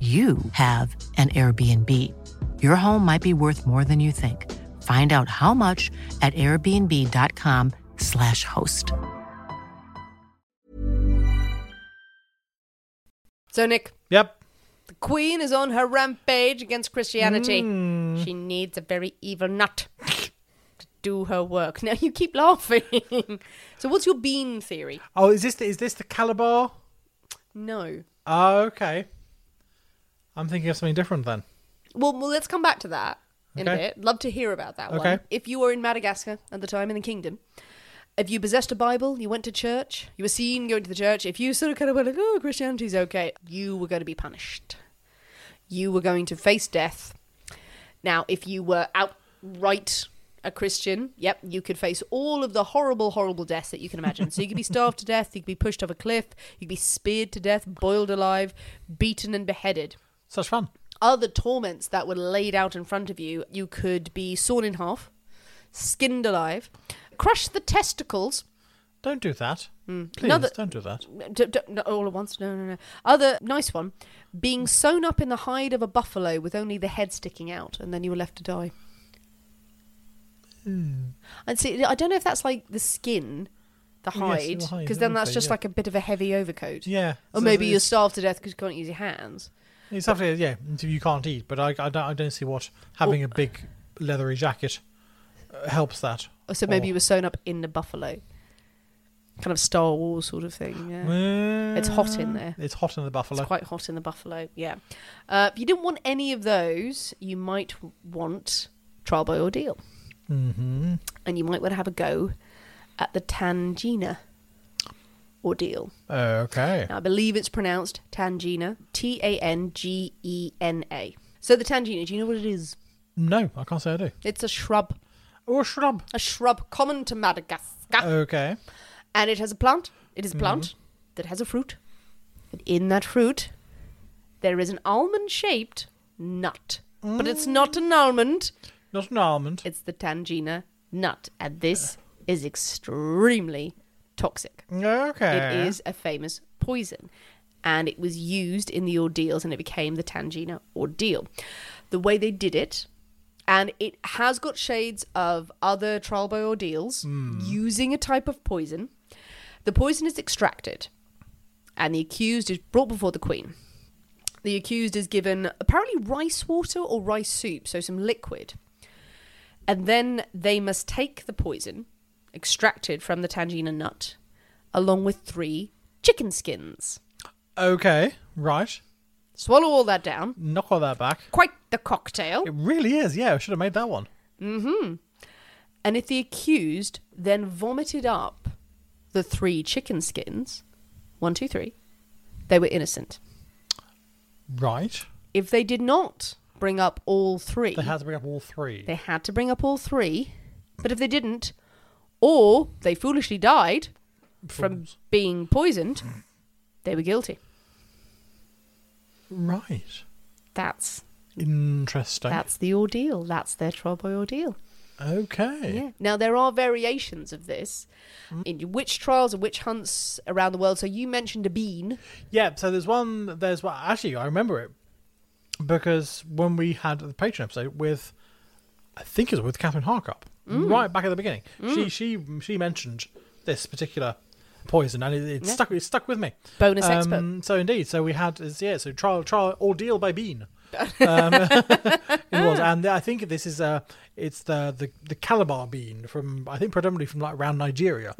S4: you have an Airbnb. Your home might be worth more than you think. Find out how much at airbnb.com/slash host.
S1: So, Nick,
S2: yep.
S1: the Queen is on her rampage against Christianity. She needs a very evil nut to do her work. Now you keep laughing. *laughs* so what's your bean theory?
S2: Oh, is this the, is this the Calabar?
S1: No.
S2: Oh, okay. I'm thinking of something different then.
S1: Well, well, let's come back to that. in a
S2: Okay.
S1: bit. Love to hear about that one.
S2: Okay.
S1: If you were in Madagascar at the time in the kingdom, if you possessed a Bible, you went to church, you were seen going to the church, if you sort of kind of went like, oh, Christianity's okay, you were going to be punished. You were going to face death. Now, if you were outright a Christian, yep, you could face all of the horrible, horrible deaths that you can imagine. So you could be starved to death, you could be pushed off a cliff, you could be speared to death, boiled alive, beaten and beheaded
S2: Such fun.
S1: other torments that were laid out in front of you, you could be sawn in half, skinned alive, crush the testicles.
S2: Don't do that. Please,
S1: Hmm. Another-
S2: don't do that.
S1: D- d- no, all at once, no, no, no. Other nice one, being sewn up in the hide of a buffalo with only the head sticking out, and then you were left to die.
S2: Hmm.
S1: And see, I don't know if that's like the skin, the
S2: Yes, the
S1: hide, because
S2: hide,
S1: then
S2: okay,
S1: that's just
S2: yeah.
S1: like a bit of a heavy overcoat.
S2: Yeah.
S1: Or
S2: so
S1: maybe
S2: it's-
S1: you're starved to death because you can't use your hands.
S2: It's actually yeah. Until you can't eat, but I, I don't I don't see what having a big leathery jacket uh, helps that.
S1: Or so maybe
S2: Or-
S1: you were sewn up in the buffalo. Kind of Star Wars sort of thing. Yeah. It's hot in there.
S2: Mm. It's hot in the buffalo.
S1: It's quite hot in the buffalo. Yeah. Uh, if you didn't want any of those, you might want trial by ordeal. Mm-hmm. And you might want to have a go at the Tangina ordeal.
S2: okay.
S1: Now, I believe it's pronounced Tangina. T A N G E N A. So the Tangina, do you know what it is?
S2: No, I can't say I do.
S1: It's a shrub.
S2: Or a shrub.
S1: A shrub common to Madagascar.
S2: Oh, Okay.
S1: and it has a plant. It is a plant that has a fruit, and in that fruit, there is an almond-shaped nut. But it's not an almond;
S2: Not an almond.
S1: it's the Tangina nut, and this is extremely toxic.
S2: okay.
S1: It is a famous poison, and it was used in the ordeals, and it became the Tangina ordeal. The way they did it. And it has got shades of other trial by ordeals using a type of poison. The poison is extracted, and the accused is brought before the queen. The accused is given apparently rice water or rice soup, so some liquid. And then they must take the poison extracted from the tangina nut along with three chicken skins.
S2: Okay. Right.
S1: Swallow all that down.
S2: Knock all that back.
S1: Quite the cocktail. Mm-hmm.
S2: It really is. Yeah, I should have made that one.
S1: And if the accused then vomited up the three chicken skins, one, two, three, they were innocent.
S2: Right.
S1: If they did not bring up all three,
S2: They had to bring up all three.
S1: They had to bring up all three, but if they didn't, or they foolishly died from
S2: Fools.
S1: being poisoned, they were guilty.
S2: Right.
S1: That's
S2: Interesting.
S1: that's the ordeal. That's their trial by ordeal.
S2: okay.
S1: Yeah. Now there are variations of this in witch trials and witch hunts around the world. So you mentioned a bean.
S2: Yeah, so there's one. There's one. Actually, I remember it because when we had the Patreon episode with, I think it was with Catherine Harkup, right back at the beginning. She she she mentioned this particular poison, and it, it stuck. It stuck with me.
S1: Bonus
S2: Um, so indeed, so we had it's- yeah. So trial trial ordeal by bean. um, *laughs* it was, and I think this is uh, it's the, the the calabar bean from I think predominantly from like around Nigeria,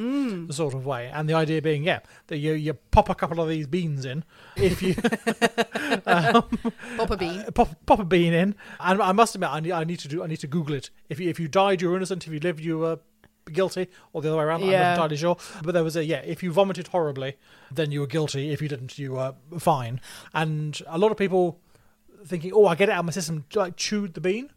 S2: sort of way. And the idea being, yeah, that you you pop a couple of these beans in, if you
S1: Pop a bean.
S2: Uh, pop, pop a bean in, and I must admit, I need I need to do I need to Google it. If you, if you died, you were innocent. If you lived, you were guilty, or the other way around. I'm
S1: Yeah.
S2: not entirely sure. But there was a yeah. If you vomited horribly, then you were guilty. If you didn't, you were fine. And a lot of people thinking, oh, I get it out of my system, like chewed the bean.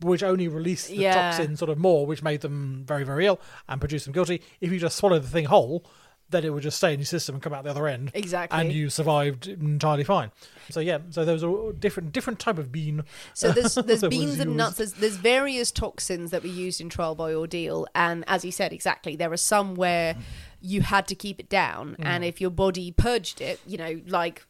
S2: Which only released the
S1: Yeah.
S2: toxin sort of more, which made them very, very ill and produced them guilty. If you just swallowed the thing whole, then it would just stay in your system and come out the other end.
S1: Exactly.
S2: And you survived entirely fine. So yeah, so those are different different type of bean.
S1: So
S2: *laughs*
S1: there's there's
S2: that was
S1: beans and
S2: used.
S1: nuts. There's there's various toxins that were used in trial by ordeal, and as you said exactly, there are some where you had to keep it down,
S2: Mm.
S1: and if your body purged it, you know, like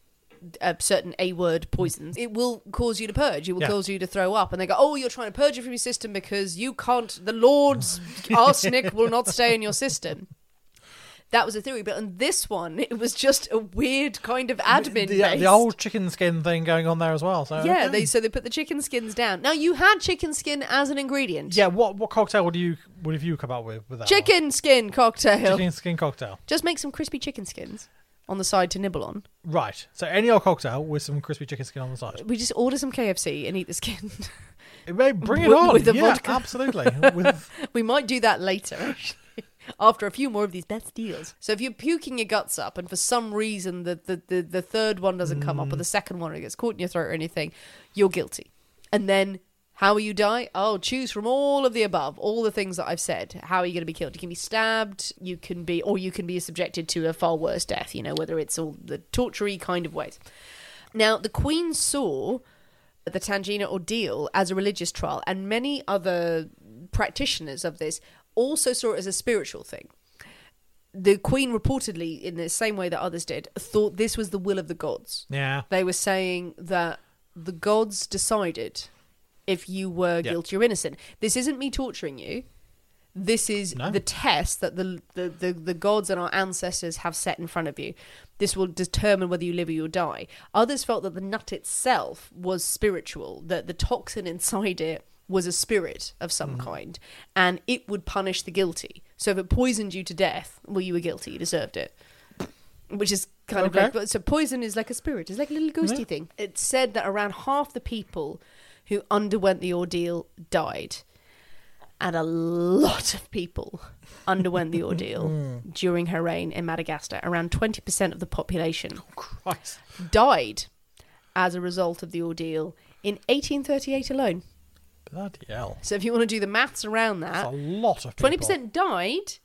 S1: a certain A word poisons, it will cause you to purge. It will
S2: Mm. Yeah.
S1: cause you to throw up, and they go, "Oh, you're trying to purge it from your system because you can't. The
S2: *laughs*
S1: Lord's arsenic will not stay in your system." That was a theory, but on this one, it was just a weird kind of admin.
S2: The, the
S1: based.
S2: old chicken skin thing going on there as well. So
S1: Yeah,
S2: okay.
S1: they so they put the chicken skins down. Now you had chicken skin as an ingredient.
S2: yeah. What what cocktail would you would have you come up with with that? one?
S1: Chicken skin cocktail.
S2: chicken skin cocktail.
S1: Just make some crispy chicken skins on the side to nibble on. *laughs*
S2: Right. So any old cocktail with some crispy chicken skin on the side.
S1: We just order some KFC and eat the skin. *laughs*
S2: Hey, Bring it
S1: With-
S2: on.
S1: with the
S2: yeah,
S1: vodka. *laughs*
S2: absolutely. With,
S1: We might do that later, actually, after a few more of these best deals. So if you're puking your guts up and for some reason the, the, the, the third one doesn't come up or the second one or it gets caught in your throat or anything, you're guilty. And then how will you die? Oh, choose from all of the above, all the things that I've said. How are you going to be killed? You can be stabbed, you can be, or you can be subjected to a far worse death, you know, whether it's all the tortury kind of ways. Now, the Queen saw the Tangina ordeal as a religious trial, and many other practitioners of this also saw it as a spiritual thing. The Queen reportedly, in the same way that others did, thought this was the will of the gods.
S2: yeah.
S1: They were saying that the gods decided if you were
S2: Yeah.
S1: guilty or innocent. This isn't me torturing you. This is
S2: No.
S1: the test that the, the, the, the gods and our ancestors have set in front of you. This will determine whether you live or you'll die. Others felt that the nut itself was spiritual, that the toxin inside it was a spirit of
S2: Hmm.
S1: some kind, and it would punish the guilty. So if it poisoned you to death, well, you were guilty, you deserved it which is kind
S2: Okay.
S1: of like so poison is like a spirit it's like a little ghosty thing it's said that around half the people who underwent the ordeal died and a lot of people underwent the
S2: *laughs*
S1: ordeal
S2: Hmm.
S1: during her reign in madagascar around 20% of the population
S2: Oh, Christ.
S1: died as a result of the ordeal in 1838 alone
S2: Bloody hell.
S1: so if you want to do the maths around
S2: That's
S1: that
S2: a lot of people.
S1: Twenty percent died.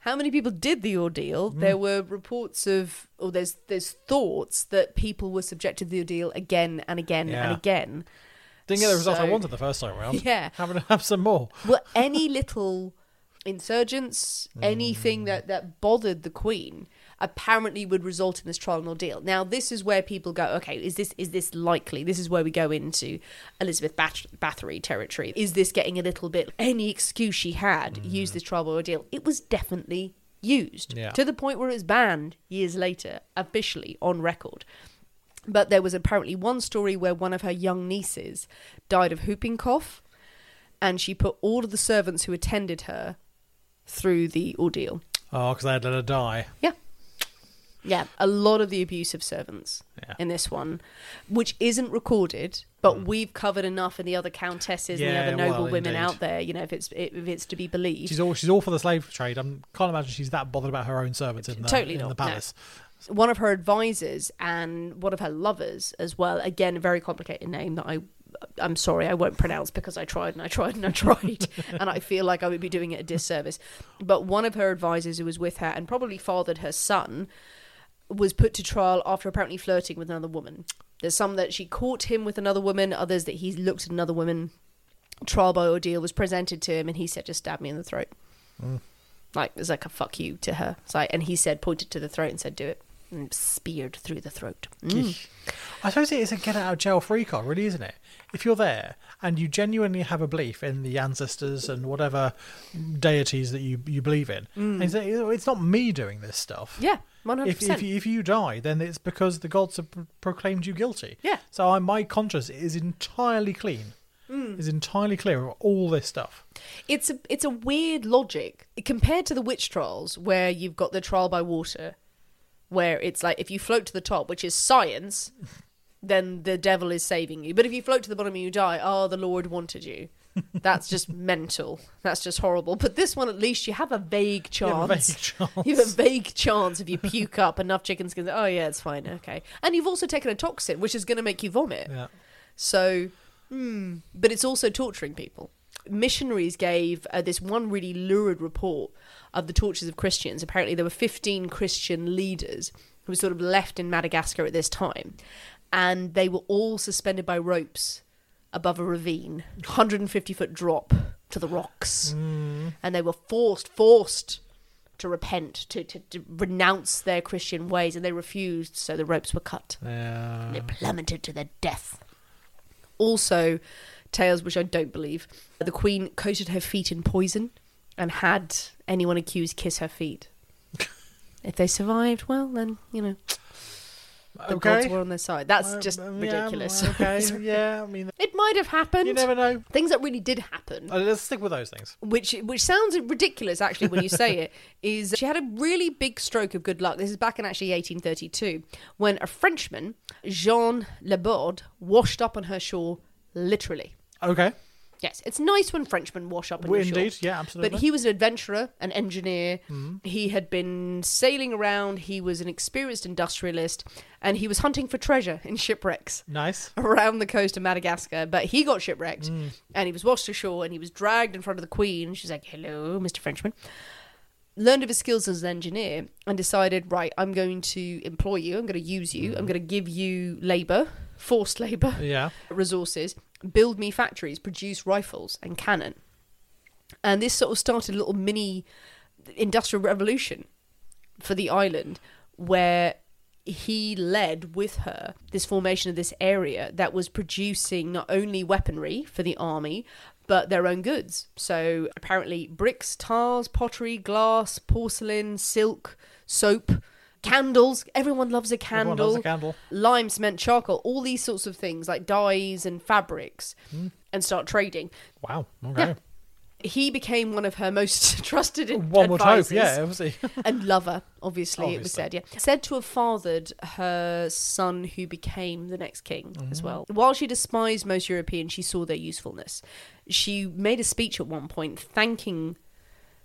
S1: How many people did the ordeal?
S2: Hmm.
S1: There were reports of, or there's there's thoughts that people were subjected to the ordeal again and again
S2: Yeah.
S1: and again.
S2: Didn't get the result I
S1: So-
S2: wanted the first time
S1: *laughs*
S2: round.
S1: Yeah.
S2: Having to have some more.
S1: Were any little insurgents, anything that that bothered the queen, apparently would result in this trial and ordeal. Now this is where people go, okay, is this is this likely? This is where we go into Elizabeth Bat- Bathory territory. Is this getting a little bit? Any excuse she had, use this trial and ordeal. It was definitely used
S2: Yeah.
S1: to the point where it was banned years later, officially on record. But there was apparently one story where one of her young nieces died of whooping cough, and she put all of the servants who attended her through the ordeal.
S2: Oh, because I had let her die.
S1: Yeah. Yeah, a lot of the abusive servants
S2: Yeah. Hmm.
S1: in this one, which isn't recorded, but we've covered enough in the other countesses
S2: Yeah,
S1: and the
S2: well,
S1: other noble women
S2: indeed.
S1: out there. You know, if it's if it's to be believed,
S2: She's all she's all for the slave trade. I can't imagine she's that bothered about her own servants in the
S1: Totally
S2: in the
S1: not, no.
S2: palace.
S1: one of her advisors and one of her lovers as well. Again, a very complicated name that I. I'm sorry, I won't pronounce because I tried and I tried and I tried, *laughs* and I feel like I would be doing it a disservice. But one of her advisors who was with her and probably fathered her son was put to trial after apparently flirting with another woman. There's some that she caught him with another woman, others that he's looked at another woman. Trial by ordeal was presented to him, and he said, "Just stab me in the throat." Like it was like a fuck you to her. So I, and he said, pointed to the throat and said, "Do it," and speared through the throat. Mm.
S2: I suppose it is a get out of jail free card, really, isn't it? If you're there and you genuinely have a belief in the ancestors and whatever deities that you, you believe in, and you say, "Oh, it's not me doing this stuff.
S1: Mm. Yeah,
S2: If,
S1: 100%.
S2: if, you- if you die, then it's because the gods have pro- proclaimed you guilty.
S1: Yeah.
S2: So I, my conscience is entirely clean,
S1: Mm.
S2: is entirely clear of all this stuff.
S1: It's a it's a weird logic compared to the witch trials, where you've got the trial by water, where it's like if you float to the top, which is science, *laughs* then the devil is saving you. But if you float to the bottom and you die, oh, the Lord wanted
S2: *laughs*
S1: you. That's just mental. That's just horrible. But this one, at least, you have a vague
S2: have a
S1: chance.
S2: vague chance.
S1: You have a vague chance if you puke up enough chicken skins. Oh yeah, it's fine. Okay, and you've also taken a toxin, which is going to make you vomit.
S2: Yeah.
S1: So, hmm, but it's also torturing people. Missionaries gave uh, this one really lurid report of the tortures of Christians. Apparently, there were 15 Christian leaders who were sort of left in Madagascar at this time, and they were all suspended by ropes above a ravine, 150 foot drop to the rocks. And they were forced, forced to repent, to, to, to renounce their Christian ways, and they refused, so the ropes were cut
S2: Yeah.
S1: they plummeted to their death. Also, tales which I don't believe. The queen coated her feet in poison and had anyone accused kiss her feet. if they survived, well, then you know the gods
S2: Okay.
S1: were on their side. That's
S2: Uh,
S1: just
S2: yeah,
S1: ridiculous. *laughs*
S2: okay. yeah. I mean,
S1: it might have happened.
S2: you never know.
S1: Things that really did happen,
S2: Uh, Let's stick with those things.
S1: which which sounds ridiculous actually when you say it, *laughs* is she had a really big stroke of good luck. This is back in actually 1832 when a Frenchman, Jean Laborde, washed up on her shore literally.
S2: Okay.
S1: Yes, it's nice when Frenchmen wash up. In
S2: Well,
S1: your
S2: indeed,
S1: shorts.
S2: yeah,
S1: But
S2: absolutely. Mm-hmm.
S1: he was an adventurer, an engineer. He had been sailing around. He was an experienced industrialist, and he was hunting for treasure in shipwrecks
S2: Nice.
S1: around the coast of Madagascar. But he got shipwrecked, and he was washed ashore, and he was dragged in front of the Queen. She's like, "Hello, Mister Frenchman." Learned of his skills as an engineer and decided, right, I'm going to employ you. I'm going to use you. I'm going to give you labor, forced labor
S2: Yeah.
S1: resources, build me factories, produce rifles and cannon. And this sort of started a little mini industrial revolution for the island where he led with her this formation of this area that was producing not only weaponry for the army but their own goods so apparently bricks tiles pottery glass porcelain silk soap candles everyone loves a candle
S2: Everyone loves a candle.
S1: lime, cement, charcoal, all these sorts of things like dyes and fabrics,
S2: Hmm.
S1: and start trading.
S2: Wow. Okay.
S1: He became one of her most *laughs* trusted ad-
S2: One would hope.
S1: advisors
S2: Yeah. Obviously.
S1: and lover. Obviously, it was
S2: Obviously.
S1: said. Yeah, said to have fathered her son, who became the next king as well. While she despised most Europeans, she saw their usefulness. She made a speech at one point thanking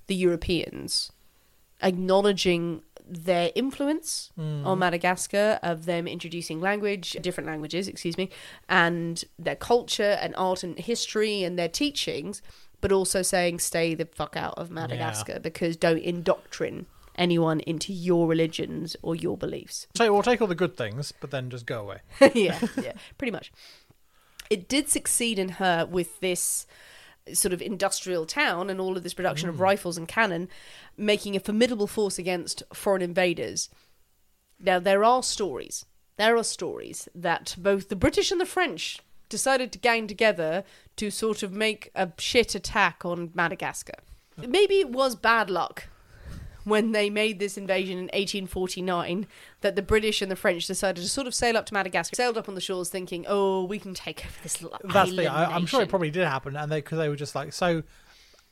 S1: the Europeans, acknowledging their influence on Madagascar of them introducing language, different languages, excuse me, and their culture and art and history and their teachings, but also saying stay the fuck out of Madagascar because don't indoctrine anyone into your religions or your beliefs. *laughs*
S2: so we'll *laughs* take all the good things, but then just go away.
S1: yeah, yeah, pretty much. It did succeed in her with this sort of industrial town and all of this production of rifles and cannon, making a formidable force against foreign invaders. Now, there are stories. There are stories that both the British and the French decided to gang together to sort of make a shit attack on Madagascar. Maybe it was bad luck when they made this invasion in 1849 that the British and the French decided to sort of sail up to Madagascar, sailed up on the shores thinking, oh, we can take over this little
S2: That's the thing.
S1: island
S2: I, I'm sure it
S1: nation."
S2: probably did happen, and they because they were just like so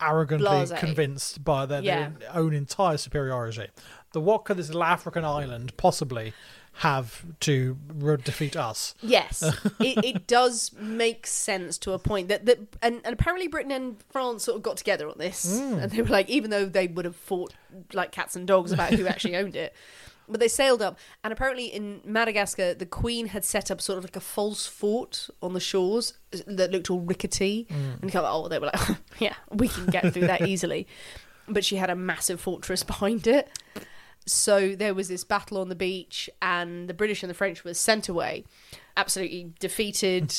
S2: arrogantly
S1: Blasé.
S2: convinced by their, their own entire superiority. The what could this little African island possibly have to re-
S1: *laughs*
S2: defeat us?
S1: Yes, it, it does make sense to a point that that and, and apparently Britain and France sort of got together on this, and they were like, even though they would have fought like cats and dogs about who actually owned it, but they sailed up, and apparently in Madagascar, the Queen had set up sort of like a false fort on the shores that looked all rickety, and kind of, oh, they were like, *laughs* yeah, we can get through that easily, but she had a massive fortress *laughs* behind it. So there was this battle on the beach, and the British and the French were sent away, absolutely defeated,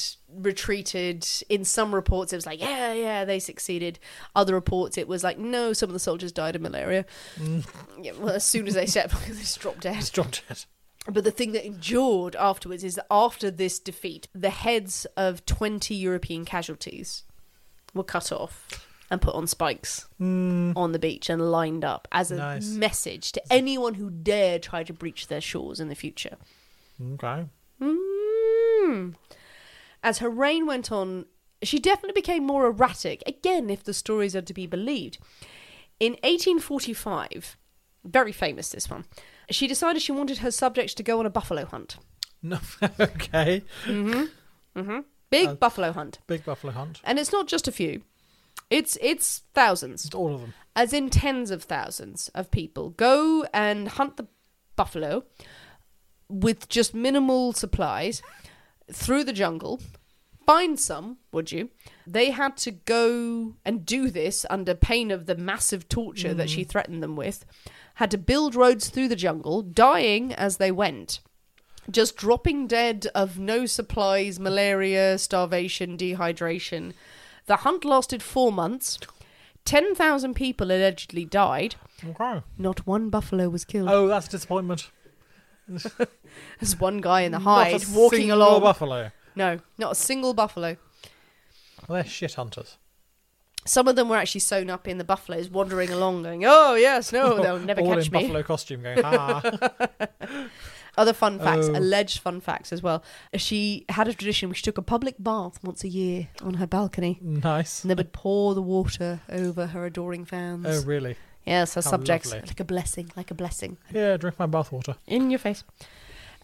S1: retreated. In some reports, it was like, yeah, yeah, they succeeded. Other reports, it was like, no, some of the soldiers died of malaria. Yeah, well, as soon as they set, *laughs* they just dropped dead.
S2: It's John Jett.
S1: But the thing that endured afterwards is that after this defeat, the heads of 20 European casualties were cut off and put on spikes on the beach and lined up as a
S2: Nice.
S1: message to anyone who dare try to breach their shores in the future.
S2: Okay.
S1: Mm. As her reign went on, she definitely became more erratic, again, if the stories are to be believed. In 1845, very famous this one, she decided she wanted her subjects to go on a buffalo hunt.
S2: No. *laughs* okay.
S1: Big buffalo hunt.
S2: Big buffalo hunt.
S1: And it's not just a few. It's it's thousands,
S2: Just all of them.
S1: as in tens of thousands of people go and hunt the buffalo with just minimal supplies through the jungle. Find some, would you? They had to go and do this under pain of the massive torture that she threatened them with. Had to build roads through the jungle, dying as they went just dropping dead of no supplies, malaria, starvation, dehydration. The hunt lasted four months. 10,000 people allegedly died.
S2: Okay.
S1: Not one buffalo was killed.
S2: Oh, that's a disappointment.
S1: There's one guy in the
S2: Not a
S1: hide walking
S2: single
S1: along.
S2: buffalo.
S1: no, not a single buffalo.
S2: Well, they're shit hunters.
S1: Some of them were actually sewn up in the buffaloes, wandering along, going, "Oh yes,
S2: *laughs*
S1: no, they'll never
S2: all
S1: catch
S2: in
S1: me."
S2: buffalo
S1: *laughs*
S2: costume, going "Ah, ha.
S1: Other fun facts,
S2: Oh.
S1: alleged fun facts as well. She had a tradition where she took a public bath once a year on her balcony.
S2: nice.
S1: and they would pour the water over her adoring fans.
S2: Oh, really?
S1: yes, her
S2: how
S1: subjects,
S2: lovely.
S1: like a blessing, like a blessing
S2: Yeah. Drink my bathwater. Hmm.
S1: in your face.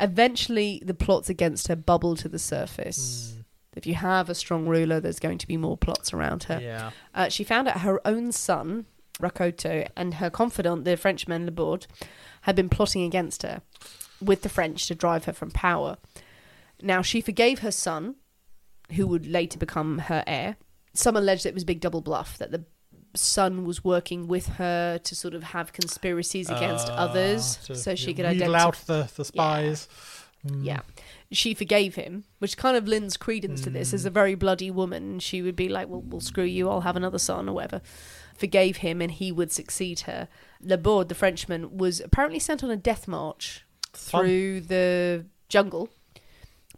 S1: Eventually, the plots against her bubble to the surface, If you have a strong ruler, there's going to be more plots around her.
S2: Yeah.
S1: Uh, she found out her own son, Rakoto, and her confidant, the Frenchman Laborde, had been plotting against her with the French to drive her from power. Now, she forgave her son, who would later become her heir. Some alleged it was a big double bluff, that the son was working with her to sort of have conspiracies against others
S2: Uh, to,
S1: so she
S2: Ah, yeah,
S1: could
S2: wheedle
S1: identify.
S2: out the, the spies. Mm,
S1: Yeah. She forgave him, which kind of lends credence to this. As a very bloody woman, she would be like, well, well, screw you, I'll have another son or whatever. Forgave him and he would succeed her. Laborde, the Frenchman, was apparently sent on a death march
S2: Fun.
S1: through the jungle.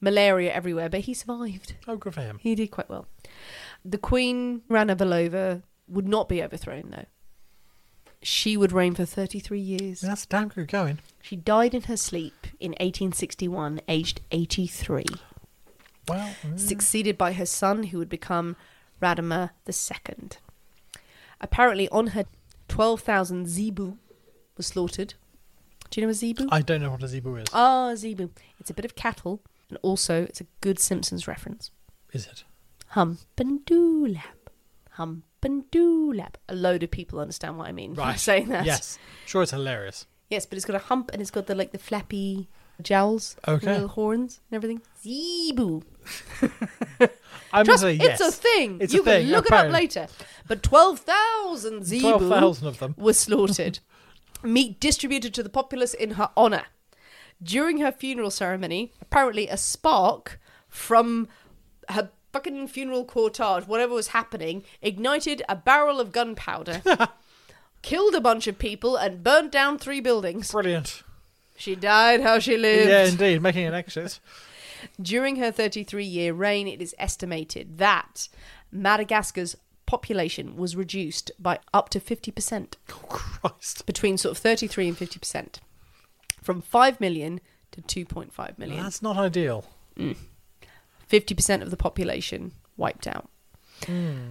S1: Malaria everywhere, but he survived.
S2: Oh, good for him.
S1: He did quite well. The Queen, Rana Belova, would not be overthrown, though. She would reign for 33 years.
S2: That's damn good going.
S1: She died in her sleep in 1861, aged 83,
S2: Well, mm,
S1: succeeded by her son, who would become Radamer II. Apparently, on her 12,000 zebu was slaughtered. Do you know a zebu?
S2: I don't know what a zebu is.
S1: Ah, zebu. It's a bit of cattle, and also it's a good Simpsons reference.
S2: is it?
S1: Hump and doolap. Hump and doolap. A load of people understand what I mean by
S2: Right.
S1: saying that.
S2: Yes. Sure, it's hilarious.
S1: Yes, but it's got a hump and it's got the like the flappy jowls, the
S2: Okay.
S1: little horns and everything. Zebu.
S2: I'm
S1: Trust
S2: gonna
S1: me,
S2: say yes.
S1: it's a thing.
S2: It's
S1: you
S2: a thing.
S1: can look it up
S2: apparently.
S1: later. But 12,000 zebu
S2: 12,000 of them.
S1: were slaughtered.
S2: *laughs*
S1: Meat distributed to the populace in her honor. During her funeral ceremony, apparently a spark from her fucking funeral cortege, whatever was happening, ignited a barrel of
S2: *laughs*
S1: gunpowder. Killed a bunch of people and burnt down three buildings.
S2: Brilliant.
S1: She died how she lived.
S2: Yeah, indeed. Making an exit.
S1: During her 33 year reign, it is estimated that Madagascar's population was reduced by up to 50%,
S2: Oh, *laughs* Christ.
S1: between sort of 33 and 50%, from 5 million to 2.5 million.
S2: That's not ideal.
S1: 50% of the population wiped out.
S2: Hmm.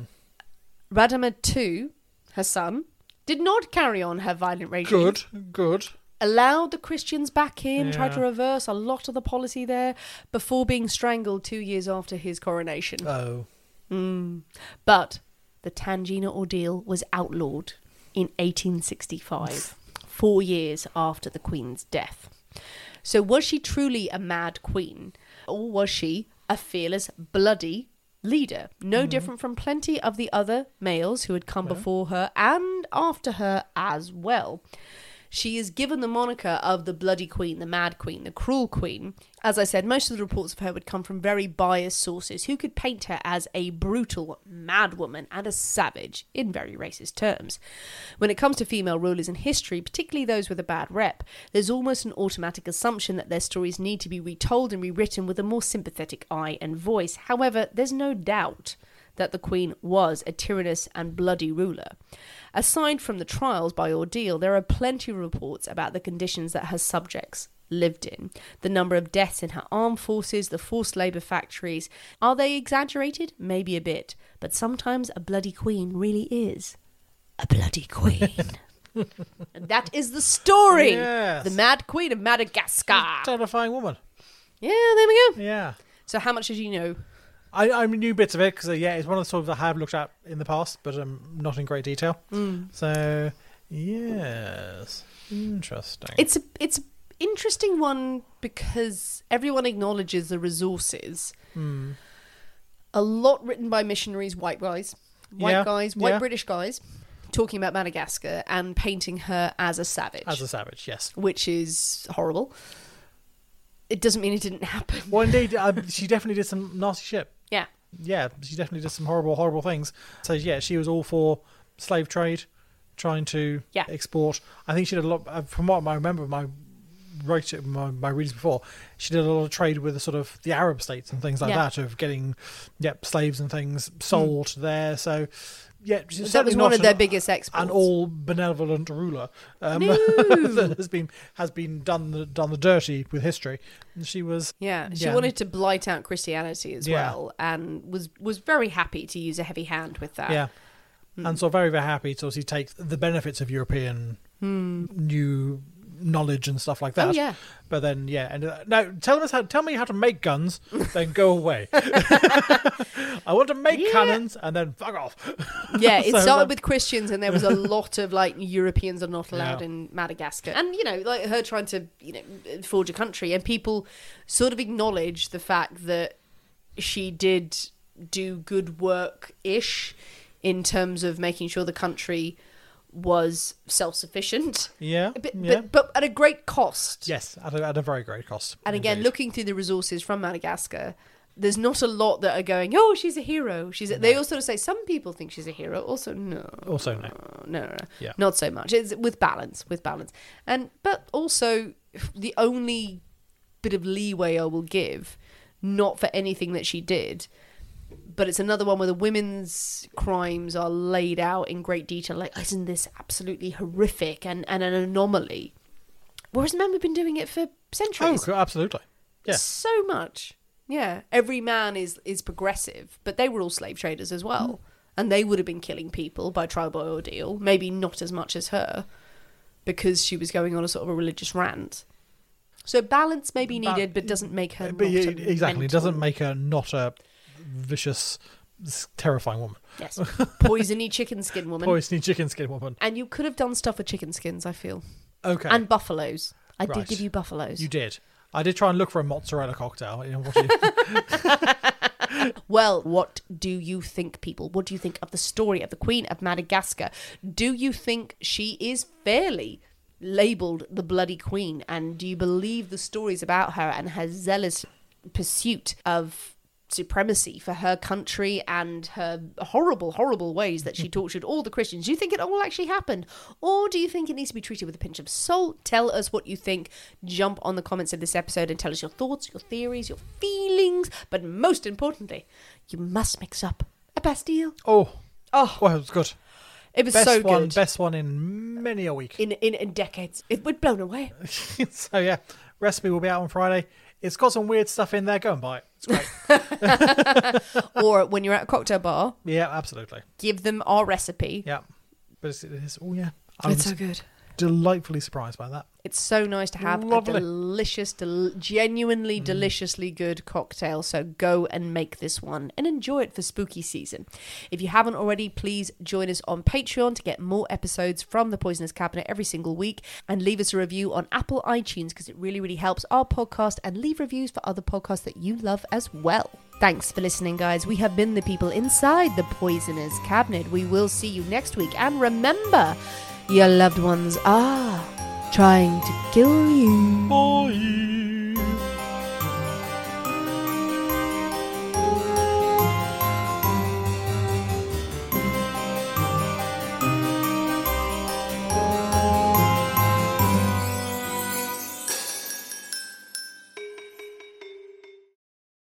S1: Radama II, her son, did not carry on her violent regime.
S2: *laughs* Good. Good.
S1: allowed the Christians back in, tried to
S2: Yeah.
S1: reverse a lot of the policy there before being strangled two years after his coronation.
S2: Oh.
S1: But the Tangina ordeal was outlawed in 1865, four years after the Queen's death. So, was she truly a mad queen, or was she a fearless, bloody leader? No different from plenty of the other males who had come before her and after her as well. She is given the moniker of the Bloody Queen, the Mad Queen, the Cruel Queen. As I said, most of the reports of her would come from very biased sources who could paint her as a brutal madwoman and a savage in very racist terms. When it comes to female rulers in history, particularly those with a bad rep, there's almost an automatic assumption that their stories need to be retold and rewritten with a more sympathetic eye and voice. However, there's no doubt that the Queen was a tyrannous and bloody ruler. Aside from the trials by ordeal, there are plenty of reports about the conditions that her subjects lived in. The number of deaths in her armed forces, the forced labour factories. Are they exaggerated? Maybe a bit. But sometimes a bloody queen really is a bloody queen. and that is the story.
S2: Yes.
S1: The Mad Queen of Madagascar.
S2: Terrifying woman.
S1: Yeah, there we go.
S2: Yeah.
S1: So, how much did you know? I
S2: I, I knew bits of it because, uh, yeah, it's one of the sort of that I have looked at in the past, but um, not in great detail. So, yes. Interesting.
S1: It's a, it's an interesting one because everyone acknowledges the resources.
S2: Hmm.
S1: A lot written by missionaries, white guys, white
S2: Yeah,
S1: guys, white
S2: yeah.
S1: British guys, talking about Madagascar and painting her as a savage,
S2: As a savage, yes.
S1: which is horrible. It doesn't mean it didn't
S2: *laughs*
S1: happen.
S2: Well, indeed, um, she definitely did some nasty shit.
S1: Yeah,
S2: Yeah, she definitely did some horrible, horrible things. So, yeah, she was all for slave trade, trying to
S1: Yeah.
S2: export. I think she did a lot, uh, from what I remember, my wrote it my, my readings before she did a lot of trade with the sort of the arab states and things like
S1: Yeah. Hmm.
S2: that of getting yep slaves and things sold there so yeah she's
S1: that
S2: certainly
S1: was one
S2: not
S1: of their
S2: an-
S1: biggest exports.
S2: an all benevolent ruler um,
S1: No.
S2: that *laughs* has been has been done the done the dirty with history. And she was
S1: Yeah, she
S2: yeah.
S1: wanted to blight out Christianity as
S2: Yeah.
S1: well, and was was very happy to use a heavy hand with that.
S2: yeah,
S1: Hmm.
S2: and so very very happy to obviously take the benefits of European new knowledge and stuff like that.
S1: Hmm. Oh, yeah.
S2: But then yeah, and uh, now tell us how tell me how to
S1: *laughs*
S2: make guns, then go away. *laughs* I want to make cannons and then fuck off. *laughs*
S1: Yeah, it
S2: So,
S1: started
S2: um,
S1: with Christians, and there
S2: *laughs*
S1: was a lot of like Europeans are not allowed
S2: Yeah.
S1: in Madagascar, and you know, like her trying to you know forge a country, and people sort of acknowledge the fact that she did do good work ish in terms of making sure the country was self sufficient.
S2: Yeah,
S1: but,
S2: yeah.
S1: but but at a great cost.
S2: Yes, at a, at a very great cost.
S1: And again,
S2: indeed.
S1: looking through the resources from Madagascar, there's not a lot that are going, oh, she's a hero. She's a... They all sort of say some people think she's a hero. Also, no.
S2: Also, no.
S1: No, no, no.
S2: Yeah.
S1: Not so much. It's with balance, with balance. And but also the only bit of leeway I will give, not for anything that she did, but it's another one where the women's crimes are laid out in great detail. Like, isn't this absolutely horrific and, and an anomaly? Whereas men have been doing it for
S2: Oh,
S1: centuries
S2: cool, absolutely. Yeah.
S1: so much. Yeah, every man is is progressive, but they were all slave traders as
S2: Mm.
S1: well, and they would have been killing people by trial by ordeal. Maybe not as much as her, because she was going on a sort of a religious rant. So balance may be
S2: Ba- mm. Uh,
S1: needed, but doesn't make her.
S2: But
S1: not
S2: yeah,
S1: a
S2: exactly, it
S1: mental-
S2: doesn't make her not a vicious, s- terrifying woman. *laughs*
S1: yes poisony chicken skin woman.
S2: Poisoning chicken skin woman.
S1: and you could have done stuff with chicken skins, I feel,
S2: Okay.
S1: and buffaloes. I did
S2: Right.
S1: give you buffaloes.
S2: you did. I did try and look for a mozzarella cocktail. You know, what do
S1: *laughs*
S2: you-
S1: Well, what do you think, people? What do you think of the story of the Queen of Madagascar? Do you think she is fairly labelled the Bloody Queen? And do you believe the stories about her and her zealous pursuit of supremacy for her country and her horrible, horrible ways that she
S2: *laughs*
S1: tortured all the Christians? Do you think it all actually happened? Or do you think it needs to be treated with a pinch of salt? Tell us what you think. Jump on the comments of this episode and tell us your thoughts, your theories, your feelings. But most importantly, you must mix up a Bastille.
S2: oh,
S1: Oh,
S2: well, it was good.
S1: it was
S2: Best
S1: so
S2: one,
S1: good.
S2: best one in many a week.
S1: in, in, in decades. It would blown away.
S2: *laughs* so yeah, recipe will be out on Friday. It's got some weird stuff in there. Go and buy it. It's
S1: *laughs*
S2: great.
S1: or when you're at a cocktail bar,
S2: yeah, absolutely.
S1: give them our recipe.
S2: Yeah, but it's, it's oh yeah, I was
S1: good.
S2: delightfully surprised by that.
S1: It's so nice to have a
S2: Lovely.
S1: delicious, del- genuinely deliciously good cocktail. So go and make this one and enjoy it for spooky season. If you haven't already, please join us on Patreon to get more episodes from the Poisonous Cabinet every single week and leave us a review on Apple iTunes because it really, really helps our podcast and leave reviews for other podcasts that you love as well. Thanks for listening, guys. We have been the people inside the Poisonous Cabinet. We will see you next week. And remember, your loved ones are trying to kill you.
S2: Bye.